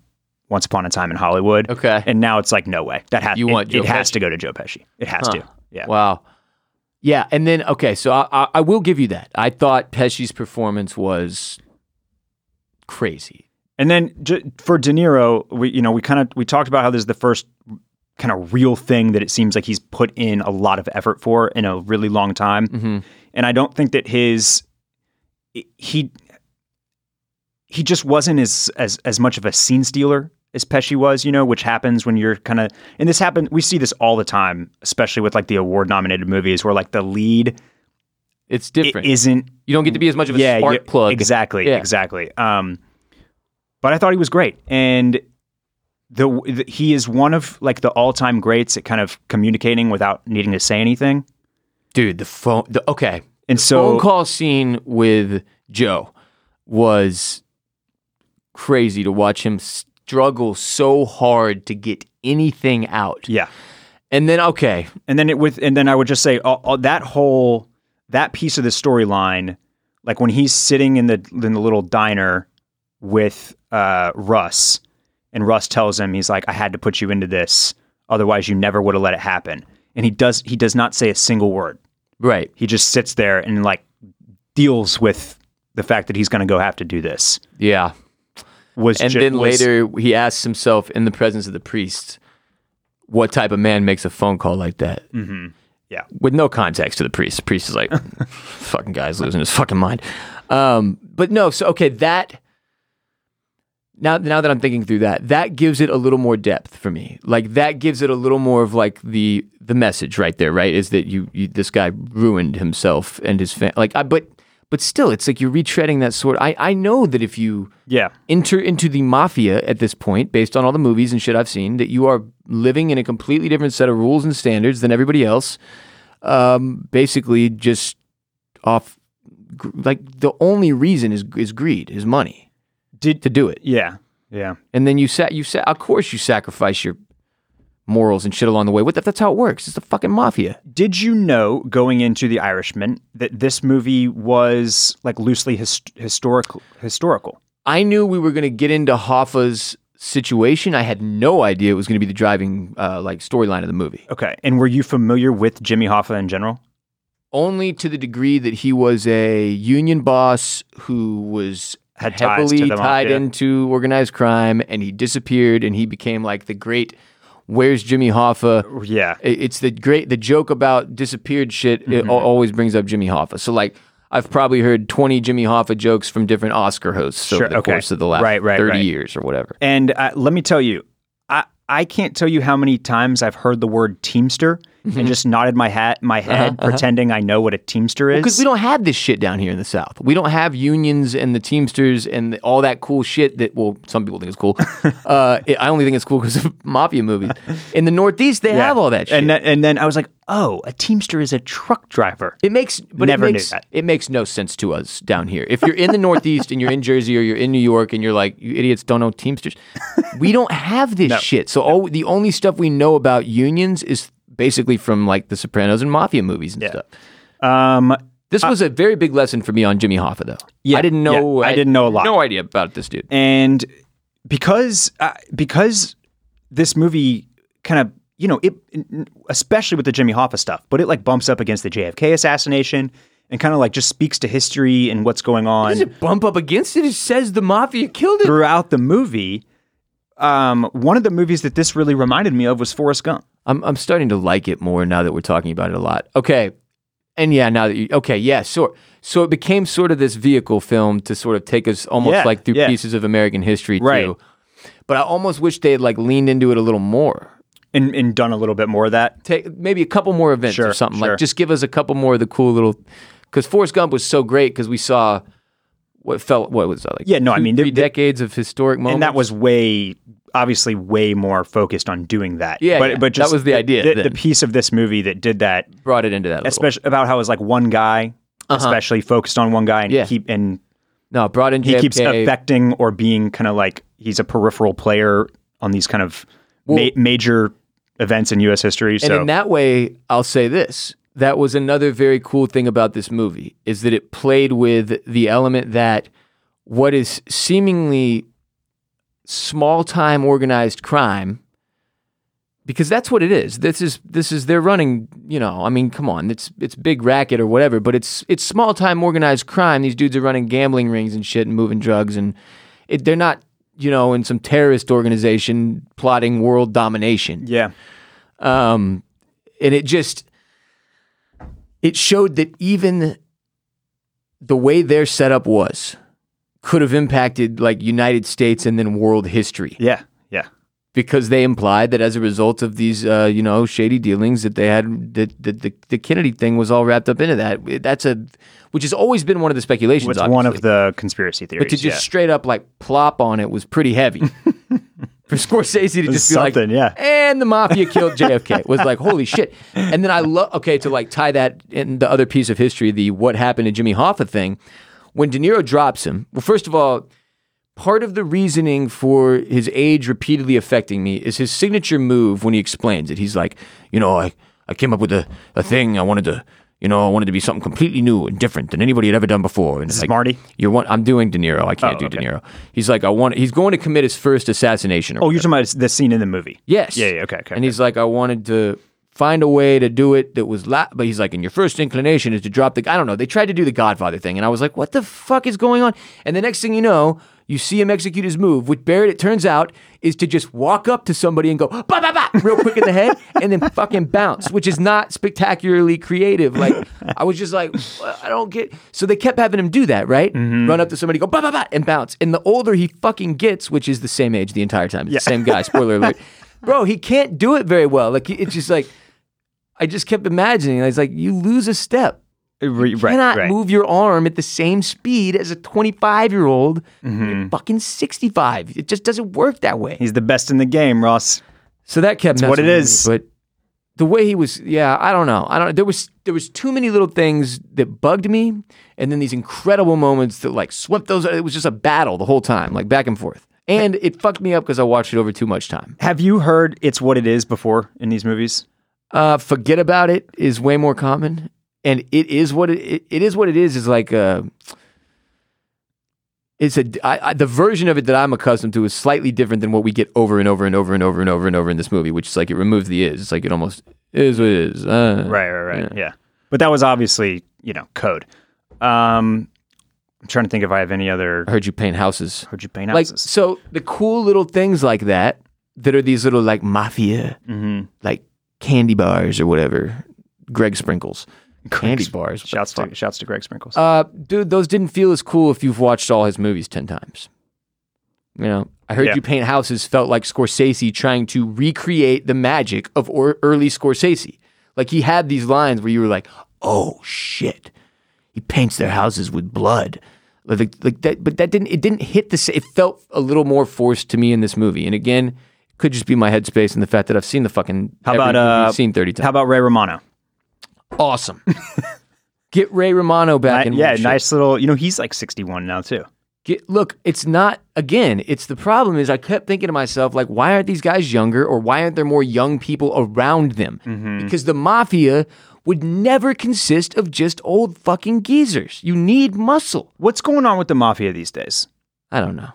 B: Once Upon a Time in Hollywood.
A: Okay.
B: and now it's like no way that has
A: You
B: it,
A: want Joe
B: it has
A: Pesci.
B: to go to Joe Pesci. It has to. Yeah,
A: Wow. Yeah, and then okay, so I, I, I will give you that. I thought Pesci's performance was crazy.
B: and then j- for De Niro, we you know we kind of we talked about how this is the first kind of real thing that it seems like he's put in a lot of effort for in a really long time.
A: Mm-hmm.
B: and I don't think that his he he just wasn't as as as much of a scene stealer as Pesci was, you know, which happens when you're kind of and this happened we see this all the time, especially with like the award nominated movies where like the lead
A: It's
B: is
A: different.
B: isn't
A: you don't get to be as much of a
B: yeah,
A: spark
B: yeah,
A: plug.
B: Exactly,
A: Yeah.
B: exactly. Um, but I thought he was great, and the, the he is one of like the all time greats at kind of communicating without needing to say anything.
A: Dude, the phone. The, okay,
B: And so
A: phone call scene with Joe was crazy to watch him struggle so hard to get anything out.
B: yeah,
A: And then okay,
B: and then it with and then I would just say all, all- that whole that piece of the storyline, like when he's sitting in the in the little diner with uh, Russ, and Russ tells him he's like, "I had to put you into this, otherwise you never would have let it happen." And he does he does not say a single word.
A: right.
B: He just sits there and like deals with the fact that he's going to go have to do this.
A: Yeah.
B: Was
A: And
B: ju-
A: then
B: was-
A: later he asks himself in the presence of the priest, what type of man makes a phone call like that? Mm-hmm.
B: Yeah.
A: With no context to the priest. The priest is like, fucking guy's losing his fucking mind. Um, but no, so okay, that now now that I'm thinking through that, that gives it a little more depth for me. Like that gives it a little more of like the the message right there, right? Is that you, you this guy ruined himself and his family. Like I but but still it's like you're retreading that sort. I I know that if you
B: yeah,
A: enter into the mafia at this point, based on all the movies and shit I've seen, that you are living in a completely different set of rules and standards than everybody else. Um, basically, just off, gr- like the only reason is is greed, is money,
B: Did-
A: to do it,
B: yeah, yeah.
A: and then you sat you sat. Of course, you sacrifice your morals and shit along the way. What the, that's how it works. It's the fucking mafia.
B: Did you know going into The Irishman that this movie was like loosely his- historical? Historical.
A: I knew we were going to get into Hoffa's situation. I had no idea it was going to be the driving uh, like storyline of the movie.
B: Okay. And were you familiar with Jimmy Hoffa in general?
A: Only to the degree that he was a union boss who was
B: Had ties to
A: heavily
B: the
A: tied
B: mafia.
A: into organized crime, and he disappeared, and he became like the great. Where's Jimmy Hoffa?
B: Yeah.
A: It- It's the great the joke about disappeared shit. It
B: Mm-hmm.
A: al- always brings up Jimmy Hoffa. So like I've probably heard twenty Jimmy Hoffa jokes from different Oscar hosts
B: Sure,
A: over the
B: okay.
A: course of the last
B: Right, right,
A: thirty
B: right.
A: years or whatever.
B: And uh, let me tell you, I I can't tell you how many times I've heard the word Teamster and just nodded my hat, my
A: Uh-huh.
B: head, pretending I know what a Teamster is.
A: Because we don't have this shit down here in the South. We don't have unions and the Teamsters and the- all that cool shit that well, some people think is cool. uh, it- I only think it's cool because of mafia movies. In the Northeast, they
B: Yeah.
A: have all that shit.
B: And then, and then I was like, oh, a Teamster is a truck driver.
A: It makes but
B: Never
A: it
B: knew
A: makes,
B: that.
A: It makes no sense to us down here. If you're in the Northeast and you're in Jersey or you're in New York and you're like, you idiots don't know Teamsters, we don't have this shit. So all, the only stuff we know about unions is basically from like The Sopranos and mafia movies and stuff.
B: Um,
A: This was a very big lesson for me on Jimmy Hoffa though.
B: Yeah,
A: I didn't know.
B: yeah, I didn't know a lot.
A: No idea about this dude.
B: and because uh, because this movie kind of you know it especially with the Jimmy Hoffa stuff, but it like bumps up against the JFK assassination and kind of like just speaks to history and what's going on.
A: Does it bump up against it? It says the mafia killed it.
B: throughout the movie. Um, one of the movies that this really reminded me of was Forrest Gump.
A: I'm I'm starting to like it more now that we're talking about it a lot. Okay. And yeah, now that you okay, yeah, sure. So it became sort of this vehicle film to sort of take us almost
B: Yeah,
A: like through
B: yeah.
A: pieces of American history
B: Right.
A: too. But I almost wish they had like leaned into it a little more.
B: And, and done a little bit more of that.
A: Take maybe a couple more events or
B: Sure,
A: something.
B: sure.
A: Like just give us a couple more of the cool little because Forrest Gump was so great because we saw what felt what was that like
B: Yeah, no, I
A: two,
B: mean, the-
A: three
B: the-
A: decades of historic moments
B: And that was way, obviously, way more focused on doing that.
A: Yeah,
B: but
A: yeah.
B: but
A: That
B: just
A: was the idea
B: The, the
A: then.
B: piece of this movie that did that,
A: brought it into that a little.
B: especially about how it was like one guy, especially focused on one guy, and
A: Uh-huh. Yeah.
B: keep and
A: no brought in
B: he
A: JFK,
B: keeps affecting or being kind of like he's a peripheral player on these kind of ma- major events in U.S. history.
A: And
B: So
A: in that way, I'll say this. That was another very cool thing about this movie is that it played with the element that what is seemingly small time organized crime because that's what it is. This is this is they're running, you know, I mean, come on, it's it's big racket or whatever, but it's it's small time organized crime. These dudes are running gambling rings and shit and moving drugs and it, they're not, you know, in some terrorist organization plotting world domination
B: yeah,
A: um, and it just it showed that even the way their setup was could have impacted like United States and then world history
B: yeah, yeah.
A: because they implied that as a result of these uh, you know shady dealings that they had that the, the the Kennedy thing was all wrapped up into that. That's a which has always been one of the speculations.
B: It's one
A: obviously.
B: of the conspiracy theories.
A: But to just
B: yeah.
A: straight up like plop on it was pretty heavy. For Scorsese to just be
B: Something,
A: like,
B: yeah.
A: and the mafia killed JFK was like, holy shit. And then I love, okay, to like tie that in the other piece of history, the what happened to Jimmy Hoffa thing. When De Niro drops him, well, first of all, part of the reasoning for his age repeatedly affecting me is his signature move when he explains it. He's like, you know, I, I came up with a, a thing. I wanted to, you know, I wanted to be something completely new and different than anybody had ever done before. And it's like,
B: Marty?
A: You're one, I'm doing De Niro. I can't
B: Oh,
A: do
B: okay.
A: De Niro. He's like, I want. He's going to commit his first assassination. Or
B: Oh, you're talking about the scene in the movie.
A: Yes.
B: Yeah. Yeah. Okay. Okay.
A: And he's like, I wanted to find a way to do it that was, la-. but he's like, and your first inclination is to drop the. I don't know. They tried to do the Godfather thing, and I was like, what the fuck is going on? And the next thing you know, you see him execute his move, which Barrett, it turns out, is to just walk up to somebody and go ba ba ba real quick in the head, and then fucking bounce, which is not spectacularly creative. Like I was just like, "What? I don't get. So they kept having him do that, right?
B: Mm-hmm.
A: Run up to somebody, go ba ba ba, and bounce. And the older he fucking gets, which is the same age the entire time, it's the same guy. Spoiler alert bro, he can't do it very well. Like it's just like I just kept imagining. I was like, you lose a step.
B: Uh, re-
A: You
B: right,
A: cannot
B: right.
A: move your arm at the same speed as a 25 year old.
B: Mm-hmm.
A: You're fucking 65. It just doesn't work that way.
B: He's the best in the game, Ross.
A: So that kept
B: what
A: messing
B: it
A: with me,
B: is.
A: But the way he was, yeah, I don't know. I don't. There was there was too many little things that bugged me, and then these incredible moments that like swept those. It was just a battle the whole time, like back and forth. And it fucked me up because I watched it over too much time.
B: Have you heard it's what it is before in these movies?
A: Uh, forget about it is way more common, and it is what it, it, it is. What it is is like a. It's a I, I, the version of it that I'm accustomed to is slightly different than what we get over and over and over and over and over and over in this movie, which is like it removes the is. It's like it almost is what it is. Uh,
B: Right, right, right. Yeah. But that was obviously, you know, code. Um, I'm trying to think if I have any other
A: I heard you paint houses.
B: heard you paint
A: like
B: houses.
A: so the cool little things like that that are these little like mafia
B: Mm-hmm.
A: like candy bars or whatever greg sprinkles candy bars what the
B: Shouts
A: fuck?
B: to shouts to Greg Sprinkles.
A: uh dude those didn't feel as cool if you've watched all his movies 10 times you know i heard
B: Yeah.
A: you paint houses felt like scorsese trying to recreate the magic of or- early scorsese like he had these lines where you were like oh shit he paints their houses with blood like, like that but that didn't it didn't hit the sa- it felt a little more forced to me in this movie and again it could just be my headspace and the fact that i've seen the fucking
B: How
A: every
B: about,
A: movie I've
B: uh,
A: seen 30 times
B: How about Ray Romano?
A: awesome get ray romano back in
B: Ni- yeah,
A: one shot.
B: nice little. You know, he's like 61 now too.
A: Get, look, it's not again. It's the problem is I kept thinking to myself like, why aren't these guys younger, or why aren't there more young people around them? Because the mafia would never consist of just old fucking geezers. You need muscle.
B: What's going on with the mafia these days?
A: I don't know.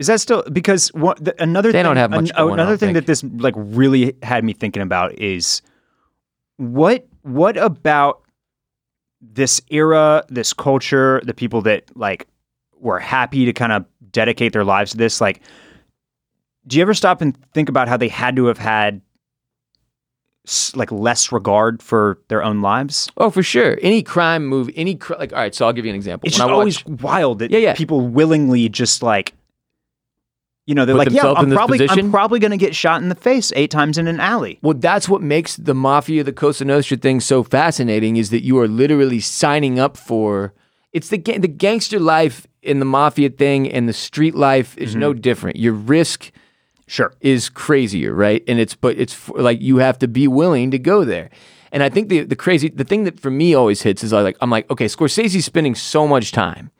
B: Is that still because what the, another
A: They
B: thing,
A: don't have much going on,
B: another
A: I
B: thing
A: think.
B: that this like really had me thinking about is what what about this era, this culture, the people that like were happy to kind of dedicate their lives to this like do you ever stop and think about how they had to have had s- like less regard for their own lives?
A: Oh, for sure. Any crime move, any cr- like. All right, so I'll give you an example.
B: It's
A: When
B: just
A: I watch-
B: always wild that
A: Yeah, yeah.
B: people willingly just like, you know, they're
A: Put
B: like, yeah,
A: themselves in
B: I'm
A: this
B: probably,
A: position?
B: I'm probably going to get shot in the face eight times in an alley.
A: Well, that's what makes the mafia, the Cosa Nostra thing so fascinating is that you are literally signing up for it's the ga- the gangster life and the mafia thing and the street life is no different. Your risk
B: Sure.
A: is crazier, right? And it's but it's for, like you have to be willing to go there. And I think the the crazy the thing that for me always hits is I like I'm like okay, Scorsese's spending so much time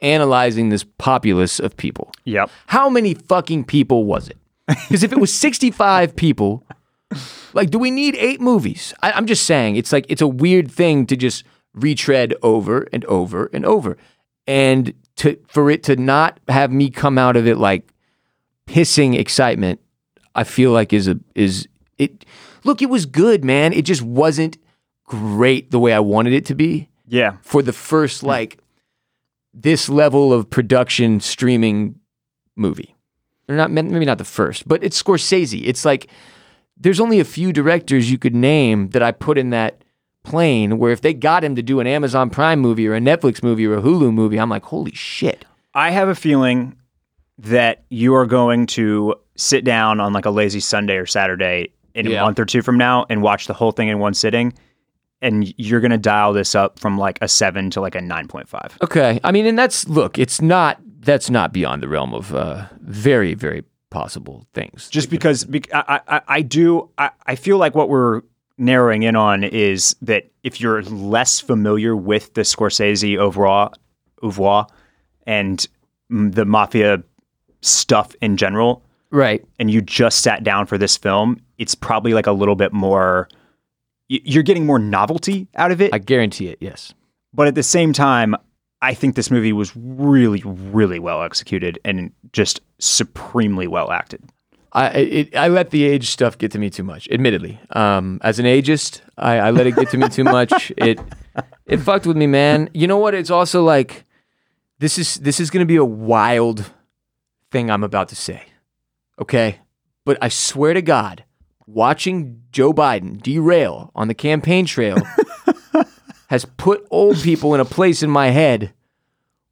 A: analyzing this populace of people.
B: Yep.
A: How many fucking people was it? Because if it was 65 people, like, do we need eight movies? I, I'm just saying, it's like, it's a weird thing to just retread over and over and over. And to, for it to not have me come out of it like pissing excitement, I feel like is a, is it, look, it was good, man. It just wasn't great the way I wanted it to be
B: Yeah.
A: for the first like this level of production streaming movie. They're not maybe not the first, but it's Scorsese. It's like there's only a few directors you could name that I put in that plane where if they got him to do an Amazon Prime movie or a Netflix movie or a Hulu movie, I'm like, holy shit.
B: I have a feeling that you are going to sit down on like a lazy Sunday or Saturday in
A: Yeah.
B: a month or two from now and watch the whole thing in one sitting. And you're going to dial this up from like a seven to like a 9.5.
A: Okay. I mean, and that's look, it's not that's not beyond the realm of uh, very, very possible things.
B: just because bec- I, I, I do I, I feel like what we're narrowing in on is that if you're less familiar with the Scorsese overall oeuvre and mm, the mafia stuff in general
A: Right.
B: and you just sat down for this film it's probably like a little bit more y- you're getting more novelty out of it
A: I guarantee it, yes.
B: but at the same time I think this movie was really really well executed and just supremely well acted
A: I it, I let the age stuff get to me too much. Admittedly, um, as an ageist, I, I let it get to me too much. It it fucked with me, man. You know what? It's also like this is this is gonna be a wild thing I'm about to say. Okay, but I swear to God, watching Joe Biden derail on the campaign trail has put old people in a place in my head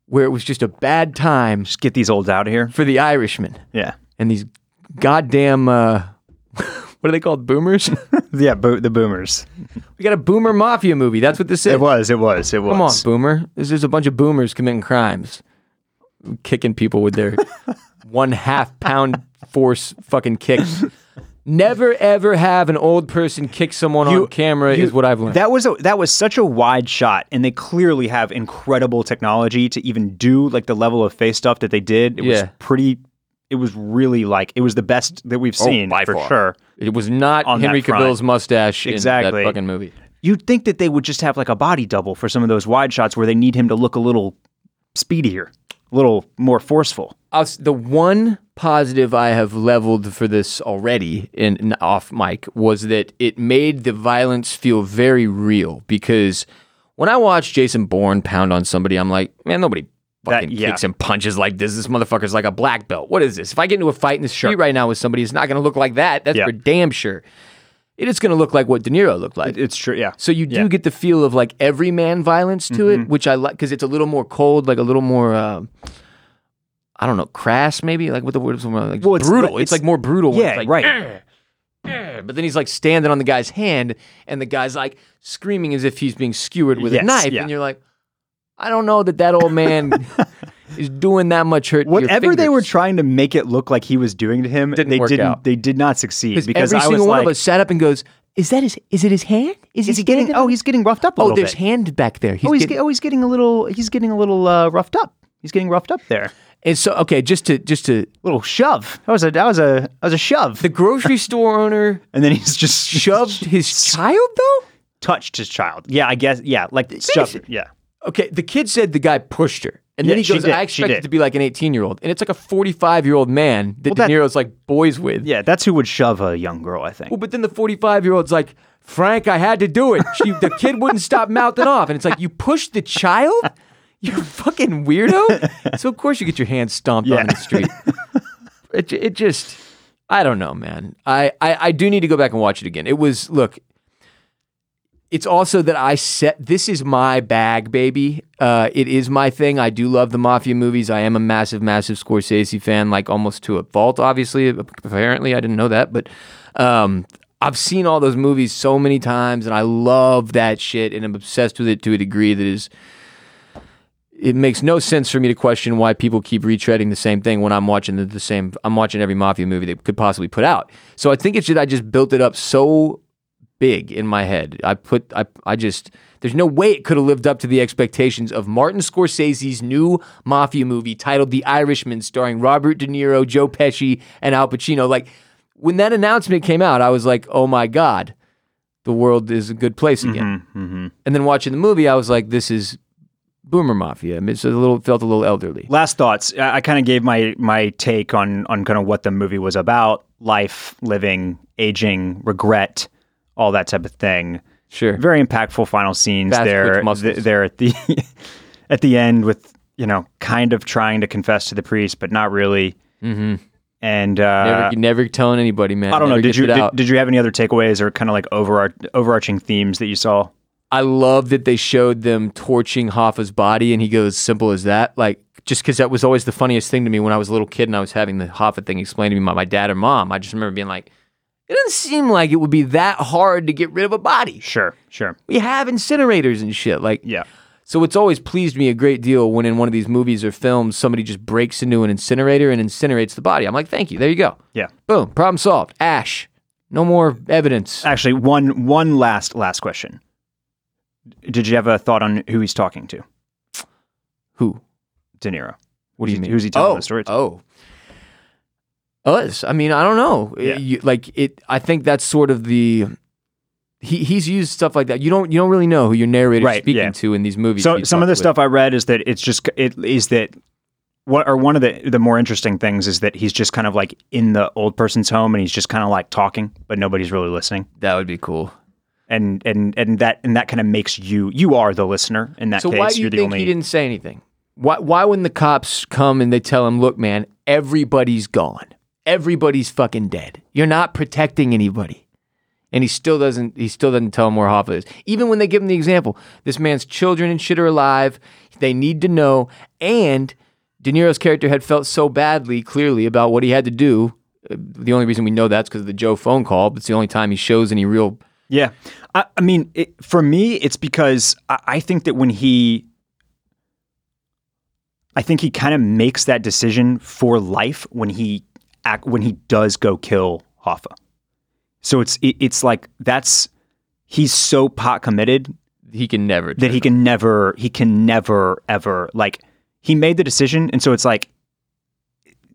A: where it was just a bad time
B: just get these olds out of here
A: for the Irishman
B: yeah
A: and these goddamn uh, what are they called? Boomers.
B: Yeah, bo- the boomers.
A: we got a boomer mafia movie. That's what this is.
B: It was, it was, it was.
A: Come on, boomer. This is a bunch of boomers committing crimes, kicking people with their one half pound force fucking kicks. Never ever have an old person kick someone on camera is what I've learned.
B: That was a, that was such a wide shot, and they clearly have incredible technology to even do like the level of face stuff that they did. It
A: Yeah.
B: was pretty. it was really like it was the best that we've seen
A: Oh, by
B: for
A: far.
B: sure.
A: It was not
B: On that
A: Henry
B: front.
A: Cavill's mustache in
B: Exactly.
A: that fucking movie.
B: You'd think that they would just have like a body double for some of those wide shots where they need him to look a little speedier, a little more forceful.
A: I'll, s- the one positive I have leveled for this already in, in off mic was that it made the violence feel very real because when I watch Jason Bourne pound on somebody, I'm like, man, nobody fucking
B: yeah.
A: kicks and punches like this. This motherfucker's like a black belt. What is this? If I get into a fight in the street right now with somebody, it's not going to look like that. That's
B: Yeah.
A: for damn sure. It is going to look like what De Niro looked like.
B: It's true, yeah. Mm-hmm.
A: So you do get the feel of like everyman violence to it, which I like because it's a little more cold, like a little more. Uh, I don't know, crass maybe like what the word is like
B: Well, it's-
A: brutal. It's,
B: it's-
A: like more brutal. when
B: Yeah,
A: it's like,
B: right.
A: But then he's like standing on the guy's hand, and the guy's like screaming as if he's being skewered with
B: Yes,
A: a knife,
B: yeah.
A: and you're like, I don't know that that old man is doing that much hurt. to your
B: Whatever they were
A: fingers."
B: trying to make it look like he was doing to him,
A: Didn't
B: they
A: work
B: didn't.
A: out.
B: They did not succeed because
A: every
B: I was
A: single one
B: like,
A: of us sat up and goes, "Is that his? Is it his hand? Is,
B: "Is he getting? Oh, he's getting roughed up a
A: oh,
B: little
A: there's
B: bit.
A: hand back there. He's
B: oh, he's
A: getting-
B: ge- oh, he's getting a little. He's getting a little uh, roughed up. He's getting roughed up there.
A: And so, okay, just to just to
B: Little shove. That was a. That was a. That was a shove.
A: the grocery store owner
B: and then he's just
A: shoved his child though.
B: touched his child. Yeah, I guess. Yeah, like shoved. it, Yeah.
A: Okay, the kid said the guy pushed her, and then
B: Yeah,
A: he
B: she
A: goes,
B: did,
A: "I
B: she
A: expect it
B: did.
A: to be like an 18 year old," and it's like a 45 year old man that
B: that-
A: De Niro's like boys with.
B: Yeah, that's who would shove a young girl. I think.
A: Well, but then the 45 year old's like, "Frank, I had to do it. She, the kid wouldn't stop mouthing off," and it's like, "You pushed the child." You're a fucking weirdo. so of course you get your hands stomped on
B: Yeah.
A: in the street. it ju- it just I don't know, man. I, I I do need to go back and watch it again. It was look. It's also that I set this is my bag, baby. Uh, it is my thing. I do love the mafia movies. I am a massive, massive Scorsese fan, like almost to a fault. Obviously, apparently, I didn't know that, but um, I've seen all those movies so many times, and I love that shit, and I'm obsessed with it to a degree that is it makes no sense for me to question why people keep retreading the same thing when I'm watching the, the same. I'm watching every mafia movie they could possibly put out. So I think it's that I just built it up so big in my head. I put I I just there's no way it could have lived up to the expectations of Martin Scorsese's new mafia movie titled The Irishman, starring Robert De Niro, Joe Pesci, and Al Pacino. Like when that announcement came out, I was like, oh my god, the world is a good place
B: Mm-hmm,
A: again. And then watching the movie, I was like, this is boomer mafia. I mean, it's a little felt a little elderly.
B: Last thoughts. I, I kind of gave my my take on on kind of what the movie was about: life, living, aging, regret, all that type of thing.
A: Sure.
B: Very impactful final scenes
A: Fast twitch
B: there.
A: muscles.
B: th- there at the at the end with you know kind of trying to confess to the priest, but not really. Mm-hmm. And uh,
A: Never, you never telling anybody, man.
B: I don't know.
A: Never
B: Did
A: gets
B: you
A: it
B: did,
A: out.
B: did you have any other takeaways or kind of like overar- overarching themes that you saw?
A: I love that they showed them torching Hoffa's body, and he goes, "Simple as that." Like, just because that was always the funniest thing to me when I was a little kid, and I was having the Hoffa thing explained to me by my dad or mom. I just remember being like, "It doesn't seem like it would be that hard to get rid of a body.
B: Sure, sure.
A: We have incinerators and shit." Like,
B: Yeah.
A: So it's always pleased me a great deal when in one of these movies or films somebody just breaks into an incinerator and incinerates the body. I'm like, "Thank you. There you go.
B: Yeah.
A: Boom. Problem solved. Ash. No more evidence."
B: Actually, one one last last question. Did you have a thought on who he's talking to?
A: Who?
B: De Niro.
A: What do you
B: Who's he-
A: mean?
B: who's he telling
A: oh,
B: the story to?
A: Oh, us. I mean, I don't know.
B: Yeah.
A: You- like it. I think that's sort of the. He, he's used stuff like that. You don't you don't really know who your narrator
B: Right,
A: speaking
B: yeah.
A: to in these movies.
B: So
A: we
B: some of
A: fuck
B: the
A: with.
B: stuff I read is that it's just it is that what or one of the the more interesting things is that he's just kind of like in the old person's home and he's just kind of like talking, but nobody's really listening.
A: that would be cool.
B: And and and that and that kind of makes you you are the listener in that
A: So
B: case.
A: why do you
B: are the
A: think
B: only
A: he didn't say anything? Why why when the cops come and they tell him, "Look, man, everybody's gone. Everybody's fucking dead. You're not protecting anybody." And he still doesn't. He still doesn't tell him where Hoffa is. Even when they give him the example, this man's children and shit are alive. They need to know. And De Niro's character had felt so badly, clearly, about what he had to do. Uh, The only reason we know that's because of the Joe phone call. But it's the only time he shows any real
B: Yeah. I, I mean, it, for me, it's because I, I think that when he, I think he kind of makes that decision for life when he act, when he does go kill Hoffa. So it's it, it's like that's he's so pot committed
A: he can never.
B: that he can never he can never ever like he made the decision and so it's like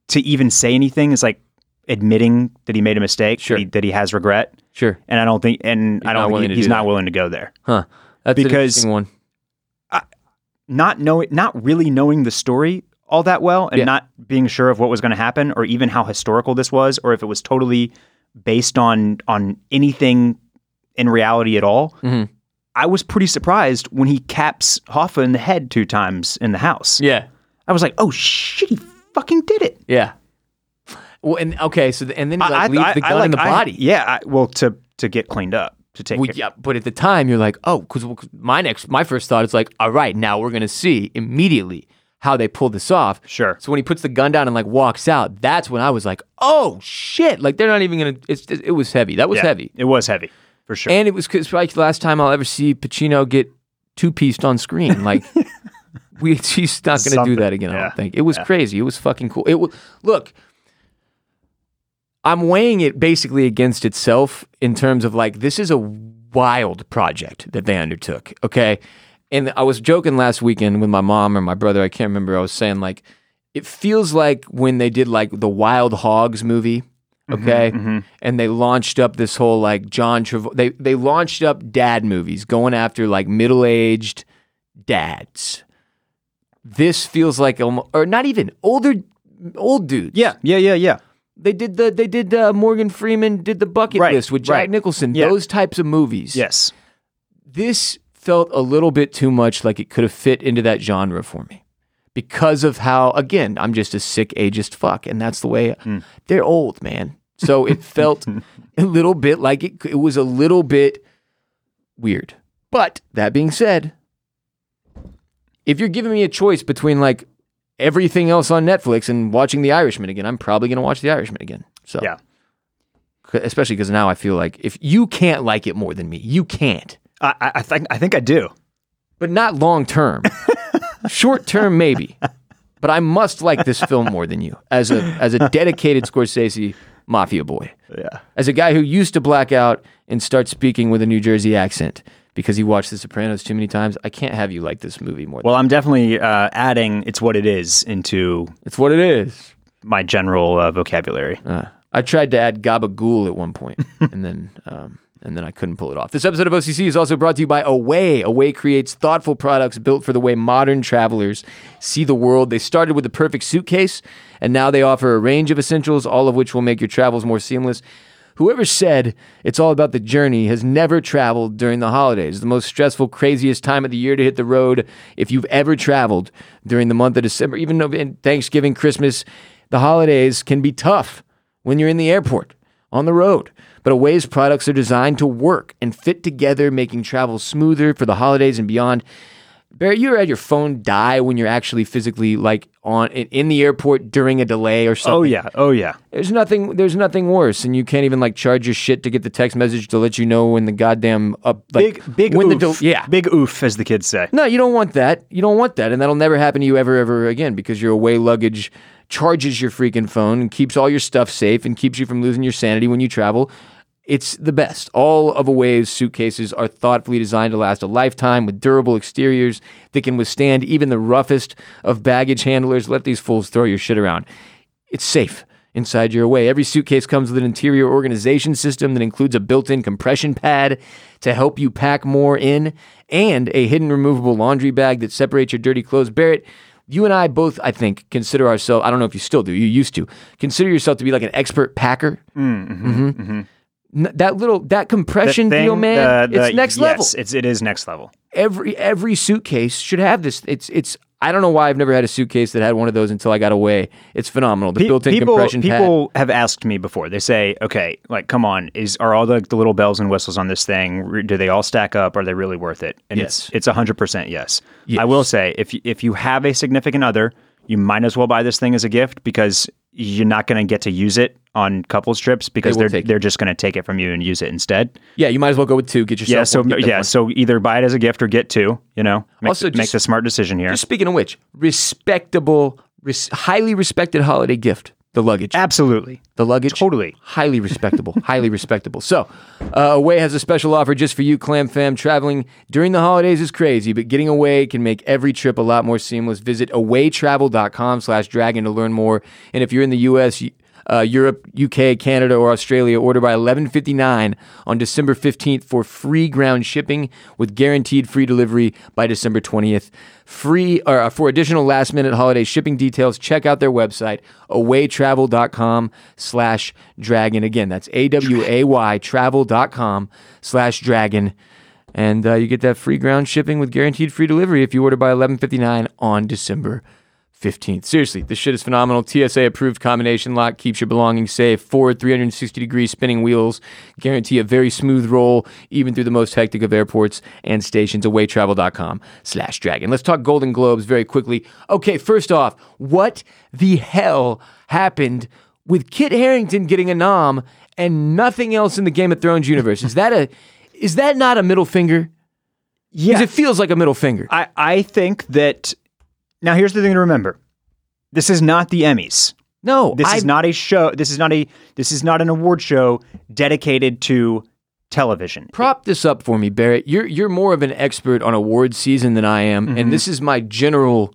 B: to even say anything is like admitting that he made a mistake,
A: Sure.
B: that, he, that he has regret.
A: Sure.
B: And I don't think, and I
A: not
B: don't
A: willing
B: think
A: to
B: he- he's
A: do
B: not
A: that.
B: willing to go there.
A: Huh. That's an
B: Because-
A: interesting one.
B: Not know not really knowing the story all that well, and
A: Yeah.
B: not being sure of what was going to happen, or even how historical this was, or if it was totally based on on anything in reality at all.
A: Mhm.
B: I was pretty surprised when he caps Hoffa in the head two times in the house.
A: Yeah.
B: I was like, oh shit, he fucking did it.
A: Yeah. Well, and okay, so the, and then he, like, leaves the gun in the
B: like- I-
A: body.
B: yeah, I, well, to to get cleaned up, to take.
A: Well,
B: care-
A: yeah, but at the time you're like, oh, because my next, my first thought is like, all right, now we're gonna see immediately how they pull this off.
B: Sure.
A: So when he puts the gun down and like walks out, that's when I was like, oh shit, like they're not even gonna. It's, it, it was heavy. That was
B: Yeah,
A: heavy,
B: It was heavy for sure.
A: and it was 'cause it's probably the last time I'll ever see Pacino get two pieced on screen. Like we, he's not gonna
B: Something,
A: do that again. I
B: yeah,
A: don't think it was crazy. It was fucking cool. It was look. I'm weighing it basically against itself in terms of like this is a wild project that they undertook. Okay. And I was joking last weekend with my mom or my brother, I can't remember. I was saying like it feels like when they did like the Wild Hogs movie,
B: Mm-hmm,
A: okay? And they launched up this whole like John Travolta they they launched up dad movies going after like middle-aged dads. This feels like almo- or not even older old dudes.
B: yeah, yeah, yeah, yeah.
A: They did the they did uh, Morgan Freeman did the bucket
B: Right,
A: list with Jack
B: right.
A: Nicholson.
B: Yeah.
A: Those types of movies.
B: Yes,
A: This felt a little bit too much like it could have fit into that genre for me. Because of how again, I'm just a sick ageist fuck and that's the way they're old, man. So it felt a little bit like it it was a little bit weird. But that being said, if you're giving me a choice between like everything else on Netflix and watching The Irishman again, I'm probably going to watch The Irishman again. So
B: yeah.
A: C- especially because now I feel like if you can't like it more than me, you can't.
B: I, I, I think I think I do.
A: But not long term. Short term, maybe. But I must like this film more than you, as a as a dedicated Scorsese mafia boy,
B: Yeah,
A: as a guy who used to black out and start speaking with a New Jersey accent because he watched The Sopranos too many times. I can't have you like this movie more. Than
B: Well, I'm definitely uh, adding "it's what it is" into
A: it's what it is.
B: my general uh, vocabulary.
A: Uh, I tried to add gabagool at one point, and then um, and then I couldn't pull it off. This episode of OCC is also brought to you by Away. Away creates thoughtful products built for the way modern travelers see the world. They started with the perfect suitcase, and now they offer a range of essentials, all of which will make your travels more seamless. Whoever said it's all about the journey has never traveled during the holidays. The most stressful, craziest time of the year to hit the road if you've ever traveled during the month of December, even though in Thanksgiving, Christmas, the holidays can be tough when you're in the airport, on the road. But Away's products are designed to work and fit together, making travel smoother for the holidays and beyond. Barry, you ever had your phone die when you're actually physically like on in- in the airport during a delay or something?
B: Oh yeah, oh yeah.
A: There's nothing. There's nothing worse, and you can't even like charge your shit to get the text message to let you know when the goddamn up. Like,
B: Big big
A: when
B: oof.
A: The del- yeah.
B: big oof, as the kids say.
A: No, you don't want that. You don't want that, and that'll never happen to you ever, ever again because your away luggage charges your freaking phone and keeps all your stuff safe and keeps you from losing your sanity when you travel. It's the best. All of Away's suitcases are thoughtfully designed to last a lifetime with durable exteriors that can withstand even the roughest of baggage handlers. Let these fools throw your shit around. It's safe inside your away. Every suitcase comes with an interior organization system that includes a built in compression pad to help you pack more in and a hidden removable laundry bag that separates your dirty clothes. Barrett, you and I both, I think, consider ourselves, I don't know if you still do, you used to, consider yourself to be like an expert packer. Mm-hmm. N- that little, that compression deal, man,
B: Mm-hmm, the- the-
A: it's next level
B: Yes, it's it is next level.
A: every every suitcase should have this. It's it's I don't know why I've never had a suitcase that had one of those until I got away. It's phenomenal. The
B: Pe-
A: built-in
B: people,
A: compression pad.
B: people have asked me before. They say, "Okay, like, come on, is are all the, the little bells and whistles on this thing? re- Do they all stack up? Are they really worth it?" And
A: Yes.
B: it's it's hundred percent yes. I will say, if you- if you have a significant other, you might as well buy this thing as a gift because you're not going to get to use it on couples trips because
A: will
B: they are
A: take it.
B: they're just going to take it from you and use it instead.
A: Yeah, you might as well go with two. Get yourself.
B: Yeah. So
A: one, get that
B: yeah.
A: one.
B: So either buy it as a gift or get two. You know, make,
A: Also,
B: make
A: just-
B: the smart decision here.
A: Speaking of which, respectable, res- highly respected holiday gift. The luggage.
B: Absolutely.
A: The luggage.
B: Totally.
A: Highly respectable. highly respectable. So, uh, Away has a special offer just for you, Clam Fam. Traveling during the holidays is crazy, but getting away can make every trip a lot more seamless. Visit awaytravel.com slash dragon to learn more. And if you're in the U.S., y- uh, Europe, UK, Canada, or Australia, order by 11.59 on December 15th for free ground shipping with guaranteed free delivery by December 20th. Free or uh, for additional last minute holiday shipping details, check out their website awaytravel.com slash dragon. Again, that's A-W-A-Y travel.com slash dragon. And uh, you get that free ground shipping with guaranteed free delivery if you order by 11.59 on December 15th. Seriously, this shit is phenomenal. TSA approved combination lock keeps your belongings safe. Forward 360 degree spinning wheels guarantee a very smooth roll even through the most hectic of airports and stations. Awaytravel.com slash dragon. Let's talk Golden Globes very quickly. Okay, first off, what the hell happened with Kit Harrington getting a nom and nothing else in the Game of Thrones universe? Is that a is that not a middle finger?
B: Yeah.
A: Because it feels like a middle finger.
B: I, I think that now here's the thing to remember. This is not the Emmys.
A: No,
B: This
A: I,
B: is not a show. This is not a this is not an award show dedicated to television.
A: prop this up for me, Barrett. You're you're more of an expert on award season than I am,
B: Mm-hmm.
A: and this is my general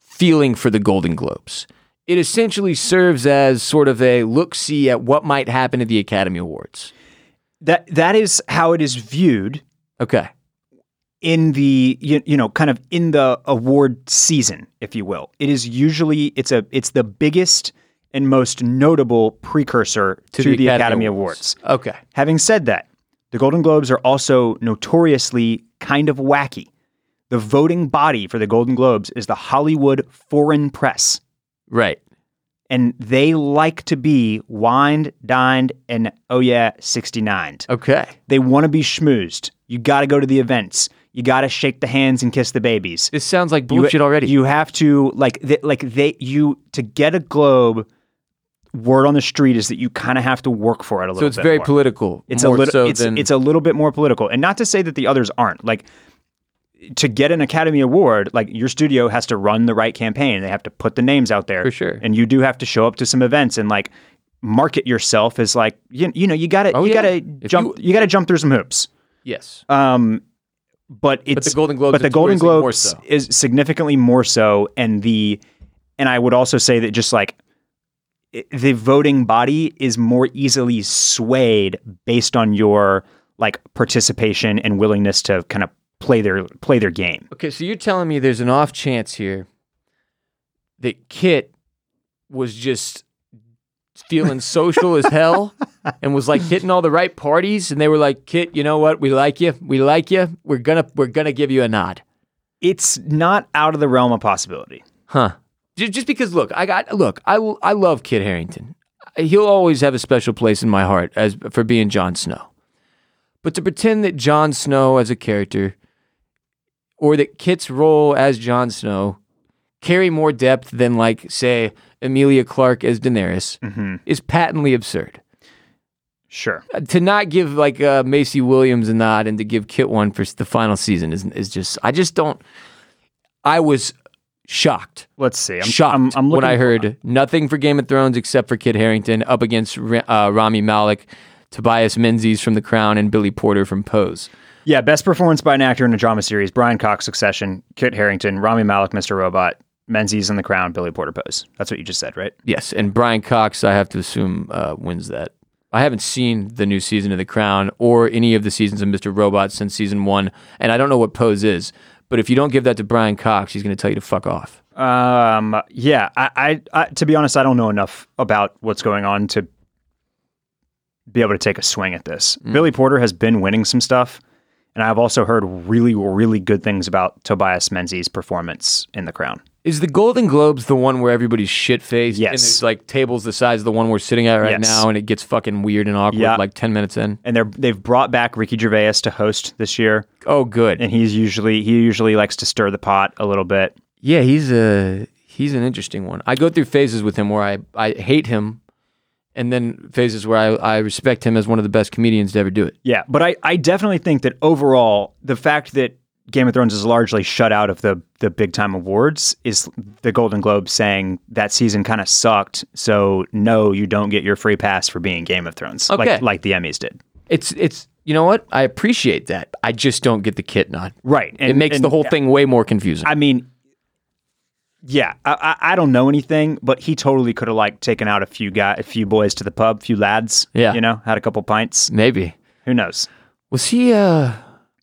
A: feeling for the Golden Globes. It essentially serves as sort of a look see at what might happen at the Academy Awards.
B: That that is how it is viewed
A: Okay.
B: in the you, you know kind of in the award season, if you will. It is usually it's a it's the biggest and most notable precursor to, the, Academy, Awards.
A: Okay.
B: Having said that, the Golden Globes are also notoriously kind of wacky. The voting body for the Golden Globes is the Hollywood Foreign Press,
A: Right.
B: and they like to be wined, dined, and oh yeah, 69'd.
A: Okay.
B: They want to be schmoozed. You got to go to the events. You got to shake the hands and kiss the babies.
A: This sounds like
B: You-
A: bullshit already.
B: You have to like th- like they you to get a globe. Word on the street is that you kind of have to work for it a little.
A: so it's
B: bit
A: very
B: more.
A: political.
B: It's
A: more
B: a little
A: so
B: it's,
A: than-
B: it's a little bit more political. And not to say that the others aren't. Like to get an Academy Award, like your studio has to run the right campaign. They have to put the names out there.
A: For sure.
B: And you do have to show up to some events and like market yourself as like you, you know, you gotta
A: Oh, yeah.
B: you gotta
A: If
B: jump you, gotta jump through some hoops.
A: yes.
B: Um but it's
A: the Golden Globes
B: but
A: are
B: the Golden
A: notoriously
B: Globes
A: more so.
B: is significantly more so and the and I would also say that just like i- the voting body is more easily swayed based on your like participation and willingness to kind of play their play their game.
A: Okay, so you're telling me there's an off chance here that Kit was just feeling social as hell and was like hitting all the right parties and they were like, "Kit, you know what? We like you. We like you. We're going to we're going to give you a nod."
B: It's not out of the realm of possibility.
A: Huh. Ju- Just because look, I got look, I will- I love Kit Harrington. He'll always have a special place in my heart as for being Jon Snow. But to pretend that Jon Snow as a character or that Kit's role as Jon Snow carry more depth than like say Amelia Clark as Daenerys is patently absurd.
B: Sure.
A: Uh, To not give like uh, Macy Williams a nod and to give Kit one for s- the final season is is just I just don't I was shocked
B: Let's see. I'm
A: shocked
B: I'm, I'm looking
A: when I heard nothing for Game of Thrones except for Kid Harrington up against Ra- uh, Rami Malik, Tobias Menzies from The Crown, and Billy Porter from Pose.
B: Yeah, best performance by an actor in a drama series: Brian Cox, Succession, Kit Harrington, Rami Malek, Mr. Robot, Menzies in The Crown, Billy Porter Pose. That's what you just said, right?
A: Yes, and Brian Cox, I have to assume, uh, wins that. I haven't seen the new season of The Crown or any of the seasons of Mr. Robot since season one, and I don't know what Pose is. But if you don't give that to Brian Cox, he's going to tell you to fuck off.
B: Um, yeah, I, I, I, to be honest, I don't know enough about what's going on to be able to take a swing at this. Billy Porter has been winning some stuff, and I've also heard really, really good things about Tobias Menzies' performance in The Crown.
A: Is the Golden Globes the one where everybody's shit faced?
B: Yes.
A: And there's like tables the size of the one we're sitting at right
B: Yes.
A: now, and it gets fucking weird and awkward
B: Yeah.
A: like 10 minutes in?
B: And they're they've brought back Ricky Gervais to host this year,
A: Oh, good.
B: and he's usually he usually likes to stir the pot a little bit.
A: Yeah, he's a he's an interesting one. I go through phases with him where I, I hate him, and then phases where I, I respect him as one of the best comedians to ever do it.
B: Yeah, but I, I definitely think that overall, the fact that Game of Thrones is largely shut out of the the big time awards is the Golden Globe saying that season kind of sucked, so no, you don't get your free pass for being Game of Thrones,
A: Okay.
B: like like the Emmys did.
A: It's it's you know what? I appreciate that. I just don't get the kit nod.
B: Right,
A: it makes the whole thing way more confusing.
B: I mean, yeah, I, I I don't know anything, but he totally could have like taken out a few guy, a few boys to the pub, few lads.
A: Yeah.
B: you know, had a couple pints.
A: Maybe
B: Who knows?
A: was he uh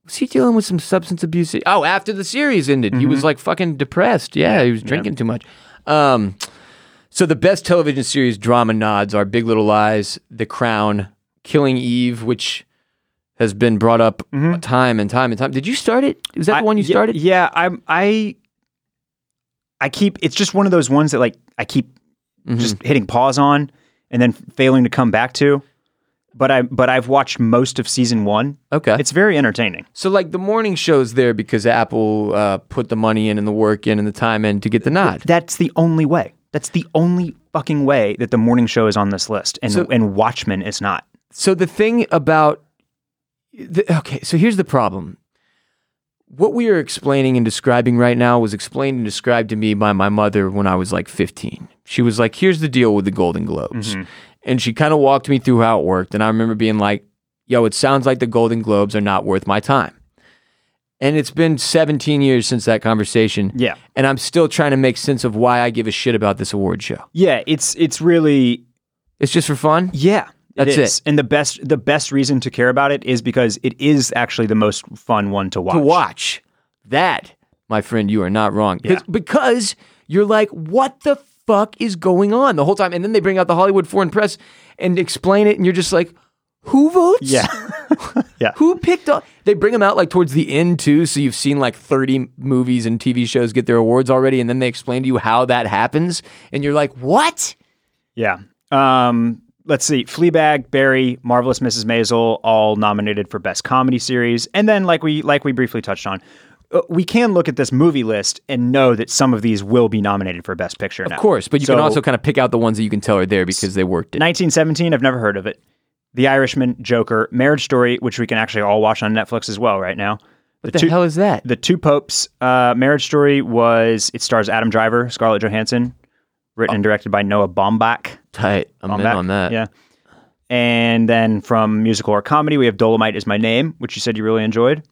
A: was he dealing with some substance abuse? Oh, after the series ended, he
B: Mm-hmm.
A: was like fucking depressed. Yeah, he was drinking too much. Um, so the best television series drama nods are Big Little Lies, The Crown, Killing Eve, which has been brought up time and time and time. Did you start it? Is that the
B: Mm-hmm. I-
A: one you
B: yeah-
A: started?
B: Yeah, I'm. I I keep. It's just one of those ones that like I keep
A: Mm-hmm.
B: just hitting pause on and then failing to come back to. But I but I've watched most of season one.
A: Okay.
B: It's very entertaining.
A: so like the morning show's there because Apple uh, put the money in and the work in and the time in to get the nod.
B: That's the only way. That's the only fucking way that the morning show is on this list, and
A: So-
B: and Watchmen is not.
A: So the thing about the, okay, so here's the problem. What we are explaining and describing right now was explained and described to me by my mother when I was like 15. She was like, "Here's the deal with the Golden Globes," and she kind of walked me through how it worked. And I remember being like, "Yo, it sounds like the Golden Globes are not worth my time." And it's been 17 years since that conversation.
B: Yeah.
A: And I'm still trying to make sense of why I give a shit about this award show.
B: Yeah, it's it's really
A: It's just for fun.
B: yeah.
A: That's
B: is. And the best the best reason to care about it is because it is actually the most fun one to watch.
A: to watch. That, my friend, you are not wrong. 'Cause-
B: Yeah.
A: Because you're like, what the fuck is going on the whole time? And then they bring out the Hollywood Foreign Press and explain it, and you're just like, who votes?
B: Yeah. Yeah.
A: Who picked up? They bring them out like towards the end too, so you've seen like 30 movies and TV shows get their awards already, and then they explain to you how that happens, and you're like, what?
B: Yeah. Um, let's see. Fleabag, Barry, Marvelous Mrs. Maisel, all nominated for Best Comedy Series, and then like we like we briefly touched on, uh, we can look at this movie list and know that some of these will be nominated for Best Picture.
A: Of course, but you can
B: So-
A: also kind of pick out the ones that you can tell are there because they worked it.
B: 1917. I've never heard of it. The Irishman, Joker, Marriage Story, which we can actually all watch on Netflix as well right now.
A: What the hell is that?
B: The Two Popes, uh, Marriage Story was it stars Adam Driver, Scarlett Johansson,
A: Oh.
B: written and directed by Noah Baumbach.
A: Tight. I'm in
B: back.
A: on that.
B: Yeah. And then from musical or comedy, we have Dolomite is My Name, which you said you really enjoyed.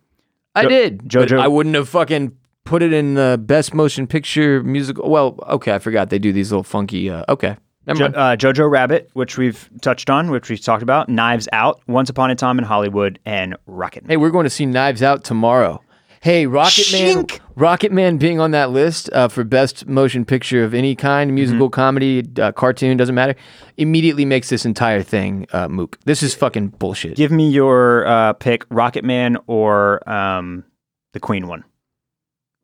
A: I
B: Jo-
A: did.
B: Jojo-
A: But I wouldn't have fucking put it in the best motion picture musical. Well, okay, I forgot they do these little funky. Uh, okay, never
B: Jo-
A: mind.
B: uh, Jojo Rabbit, which we've touched on, which we talked about. Knives Out, Once Upon a Time in Hollywood, and Rocket.
A: Hey, we're going to see Knives Out tomorrow. Hey, Rocket Man,
B: Shink.
A: Rocket Man being on that list uh, for best motion picture of any kind,
B: Mm-hmm.
A: musical, comedy, uh, cartoon, doesn't matter, immediately makes this entire thing uh, mook. This is fucking bullshit.
B: Give me your uh, pick, Rocket Man or um, the Queen one,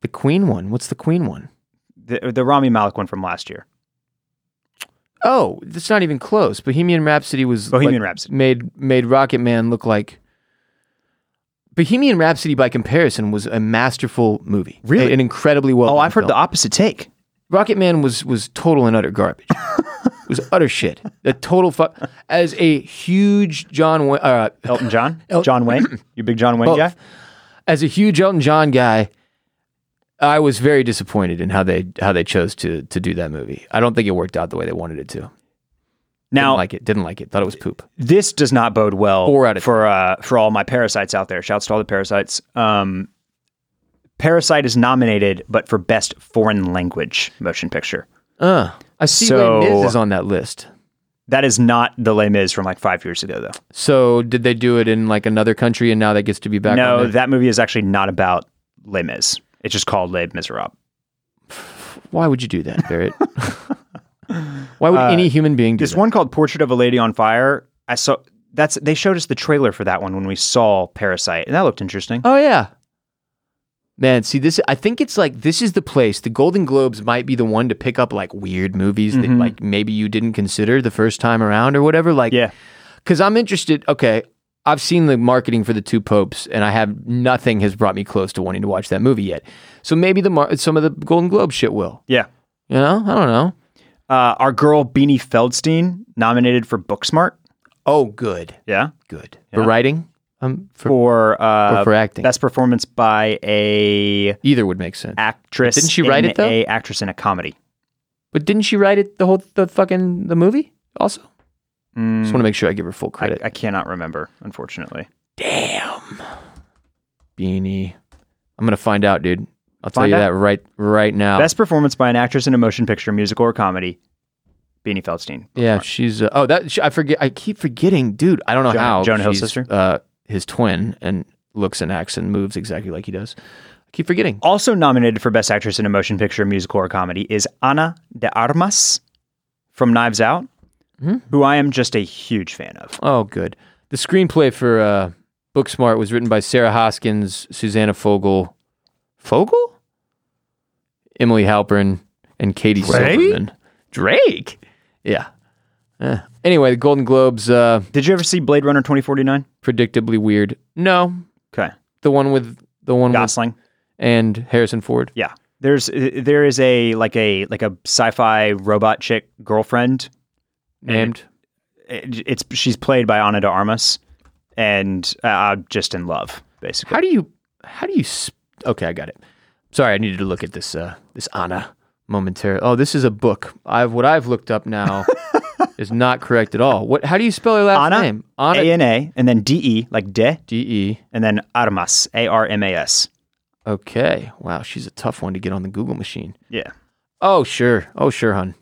A: The Queen one. What's the Queen one?
B: the, the Rami Malek one from last year.
A: Oh, that's not even close. Bohemian Rhapsody was
B: Bohemian
A: like,
B: Rhapsody.
A: made made Rocket Man look like Bohemian Rhapsody by comparison was a masterful movie.
B: Really?
A: A- an incredibly well.
B: Oh, I've heard the opposite take.
A: Rocket Man was was total and utter garbage. it was utter shit. The total fuck as a huge John Wa- uh,
B: Elton John, John Wayne, you big John Wayne
A: Both.
B: guy.
A: as a huge Elton John guy, I was very disappointed in how they how they chose to to do that movie. I don't think it worked out the way they wanted it to.
B: Now,
A: Didn't like it. Didn't like it. Thought it was poop.
B: this does not bode well
A: Four out of
B: for uh, for all my parasites out there. Shouts to all the parasites. Um, Parasite is nominated, but for best foreign language motion picture.
A: Uh, I see
B: So-
A: Les Mis is on that list.
B: That is not the Les Mis from like five years ago, though.
A: So did they do it in like another country and now that eh? gets to be back on
B: No,
A: there?
B: that movie is actually not about Les Mis. It's just called Les Miserables.
A: Why would you do that, Barrett? Why would any human being do
B: Uh, This
A: that?
B: one called Portrait of a Lady on Fire. I saw that's they showed us the trailer for that one when we saw Parasite, and that looked interesting.
A: Oh yeah. Man, see this I think it's like this is the place. The Golden Globes might be the one to pick up like weird movies
B: Mm-hmm.
A: that like maybe you didn't consider the first time around or whatever. Like
B: Yeah.
A: Cause I'm interested, okay. I've seen the marketing for the two popes, and I have nothing has brought me close to wanting to watch that movie yet. So maybe the mar- some of the Golden Globe shit will.
B: Yeah.
A: You know, I don't know.
B: Uh, our girl Beanie Feldstein nominated for Booksmart.
A: Oh, good.
B: Yeah.
A: Good. For writing? Um, for,
B: for uh,
A: Or for acting.
B: best performance by a
A: either would make sense.
B: actress.
A: Didn't she write
B: in
A: it, though?
B: A actress in a comedy.
A: But didn't she write it the whole the fucking the movie also?
B: Mm,
A: Just want to make sure I give her full
B: I,
A: credit.
B: I cannot remember, unfortunately.
A: Damn. Beanie. I'm gonna find out, dude. I'll tell
B: Find
A: you
B: out.
A: that right right now.
B: Best performance by an actress in a motion picture, musical, or comedy. Beanie Feldstein.
A: yeah, she's uh, oh that she, I forget I keep forgetting, dude. I don't know
B: Jonah-
A: how
B: Jonah Hill's
A: she's,
B: sister?
A: uh, his twin, and looks and acts and moves exactly like he does. I keep forgetting.
B: Also nominated for Best Actress in a Motion Picture, Musical, or Comedy is Ana de Armas from Knives Out,
A: Hmm.
B: who I am just a huge fan of.
A: Oh, good. The screenplay for uh, Booksmart was written by Sarah Hoskins, Susanna Fogel, Fogel, Emily Halpern, and Katie
B: Drake?
A: Silverman. Drake. Yeah. Eh. Anyway, the Golden Globes uh,
B: Did you ever see Blade Runner 2049?
A: predictably weird. No,
B: Okay.
A: the one with the one with,
B: Gosling.
A: and Harrison Ford.
B: Yeah. There's uh, there is a like a like a sci-fi robot chick girlfriend.
A: Named.
B: It- It's she's played by Ana de Armas and uh, I'm just in love basically.
A: How do you? How do you? Sp- okay, I got it. Sorry, I needed to look at this. Uh, this Anna momentarily. Oh, this is a book. I've what I've looked up now is not correct at all. What? How do you spell her last
B: Anna?
A: name? Anna
B: A N A and then D E like de
A: D E.
B: and then Armas A R M A S.
A: Okay. Wow, she's a tough one to get on the Google machine.
B: Yeah.
A: Oh sure. Oh sure, hun.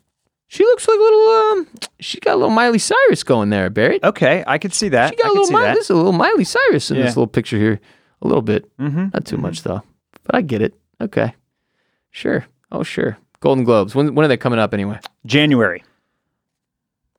A: She looks like a little. Um, she got a little Miley Cyrus going there, Barrett.
B: Okay, I could see that.
A: she got a
B: I could
A: little
B: see
A: Miley.
B: that.
A: This is a little Miley Cyrus in
B: Yeah.
A: this little picture here. A little bit.
B: Mm-hmm.
A: Not too much though. But I get it. Okay. Sure. Oh sure. Golden Globes. When when are they coming up anyway?
B: January.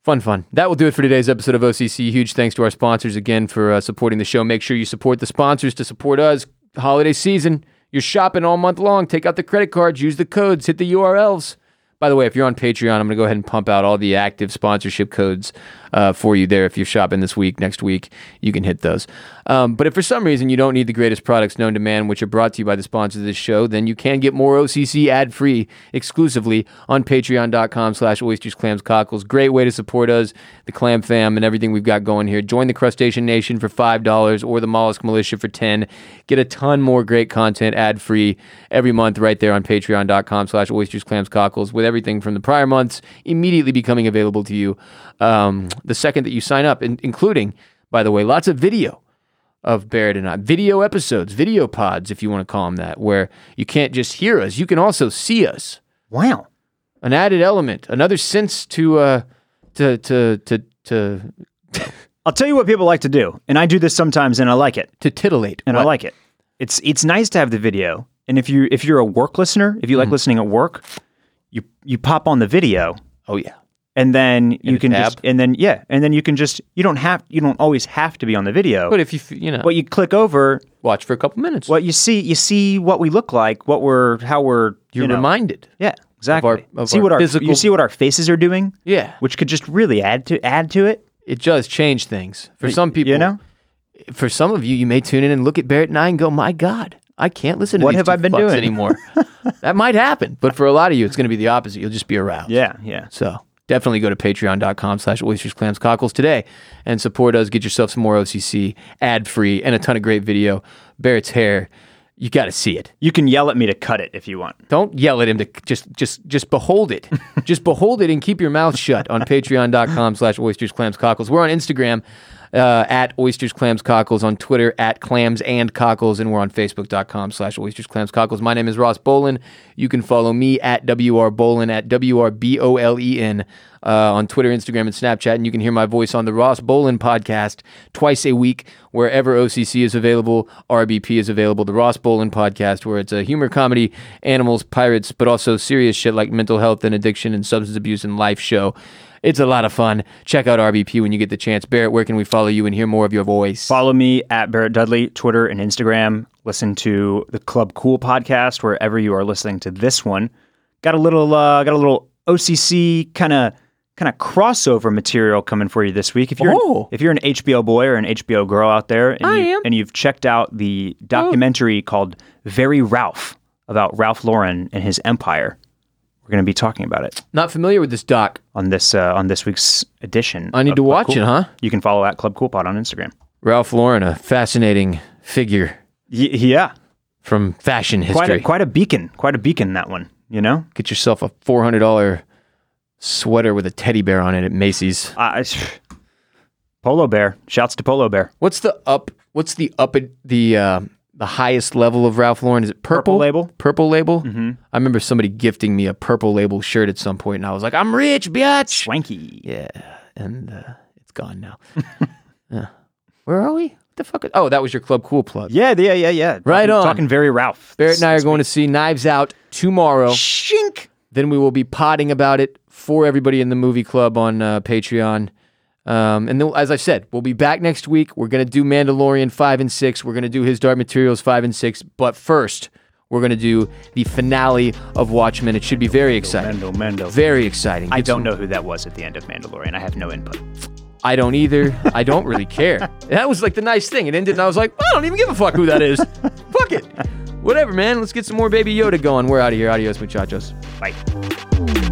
A: Fun, fun. That will do it for today's episode of OCC. Huge thanks to our sponsors again for uh, supporting the show. Make sure you support the sponsors to support us. Holiday season, you're shopping all month long. Take out the credit cards, use the codes, hit the URLs. By the way, if you're on Patreon, I'm going to go ahead and pump out all the active sponsorship codes uh, for you there. If you're shopping this week, next week, you can hit those. Um, but if for some reason you don't need the greatest products known to man, which are brought to you by the sponsors of this show, then you can get more OCC ad-free exclusively on patreon.com slash oysters, clams, cockles. Great way to support us, the clam fam, and everything we've got going here. Join the Crustacean Nation for $5 or the Mollusk Militia for 10 Get a ton more great content ad-free every month right there on patreon.com slash oysters, clams, cockles with everything from the prior months immediately becoming available to you um, the second that you sign up, in- including, by the way, lots of video of Barrett and I. Video episodes, video pods, if you want to call them that, where you can't just hear us, you can also see us.
B: Wow.
A: An added element, another sense to uh, to to to to
B: I'll tell you what people like to do, and I do this sometimes, and I like it,
A: to titillate.
B: and I
A: What?
B: like it. It's it's nice to have the video, and if you if you're a work listener, if you
A: Mm-hmm.
B: like listening at work, you you pop on the video,
A: oh yeah,
B: and then you
A: a
B: can
A: tab?
B: just and then yeah, and then you can just you don't have you don't always have to be on the video,
A: but if you f- you know
B: but you click over
A: watch for a couple minutes,
B: what you see you see what we look like, what we're how we're
A: you're
B: you know,
A: reminded.
B: yeah exactly
A: of
B: see
A: our
B: what our
A: physical-
B: you see what our faces are doing
A: Yeah,
B: which could just really add to add to it
A: it does change things for some people.
B: you know
A: for some of you, you may tune in and look at Barrett and I and go, "My God, I can't listen to
B: What
A: these
B: have
A: two
B: I been
A: fucks
B: doing?"
A: anymore." that might happen, but for a lot of you, it's going to be the opposite. You'll just be aroused.
B: yeah yeah
A: So definitely go to patreon.com slash oysters, clams, cockles today and support us. Get yourself some more OCC ad free and a ton of great video. Barrett's hair. You got to see it.
B: You can yell at me to cut it if you want.
A: Don't yell at him to just just just behold it. just behold it and keep your mouth shut on patreon.com slash oysters, clams, cockles. We're on Instagram uh, at oysters, clams, cockles, on Twitter at clams and cockles, and we're on facebook.com slash oysters, clams, cockles. My name is Ross Bolin. You can follow me at WR Bolin at W-R-B-O-L-E-N uh, on Twitter, Instagram, and Snapchat. And you can hear my voice on the Ross Bolin podcast twice a week, wherever OCC is available, RBP is available, the Ross Bolin podcast, where it's a humor comedy, animals, pirates, but also serious shit like mental health and addiction and substance abuse and life show. It's a lot of fun. Check out RBP when you get the chance. Barrett, where can we follow you and hear more of your voice?
B: Follow me at Barrett Dudley, Twitter and Instagram. Listen to the Club Cool podcast wherever you are listening to this one. Got a little uh, got a little OCC kind of kind of crossover material coming for you this week. If you're
A: Oh.
B: if you're an HBO boy or an HBO girl out there, and
A: I
B: you,
A: am. Oh.
B: and you've checked out the documentary called "Very Ralph" about Ralph Lauren and his empire, we're going to be talking about it.
A: Not familiar with this doc.
B: on this uh, on this week's edition.
A: I need
B: of
A: to
B: Club
A: watch
B: Cool.
A: it, huh?
B: You can follow at Club Cool Pod on Instagram.
A: Ralph Lauren, a fascinating figure
B: Y- yeah,
A: from fashion history.
B: quite a, quite a beacon, quite a beacon that one. You know,
A: Get yourself a four hundred dollar sweater with a teddy bear on it at Macy's.
B: I, I- Polo Bear. Shouts to Polo Bear.
A: What's the up? What's the up? at The uh, the highest level of Ralph Lauren is it purple,
B: Purple label. Mm-hmm.
A: Purple label. I remember somebody gifting me a purple label shirt at some point, and I was like, "I'm rich, bitch."
B: Swanky.
A: Yeah, and uh, it's gone now. Yeah. Where are we? What the fuck? Is- oh, that was your Club Cool plug.
B: Yeah, yeah, yeah, yeah.
A: Right
B: talking,
A: on.
B: Talking very Ralph.
A: Barrett and I are going to see Knives Out tomorrow.
B: Shink.
A: Then we will be potting about it for everybody in the movie club on uh, Patreon. Um, and then, as I said, we'll be back next week. We're going to do Mandalorian 5 and 6. We're going to do His Dark Materials 5 and 6. But first, we're going to do the finale of Watchmen. It should be very exciting.
B: Mendo, Mendo.
A: Very exciting.
B: I
A: It's-
B: don't know who that was at the end of Mandalorian. I have no input.
A: I don't either. I don't really care. That was like the nice thing. It ended, and I was like, I don't even give a fuck who that is. fuck it. Whatever, man. Let's get some more Baby Yoda going. We're out of here. Adios, muchachos.
B: Bye.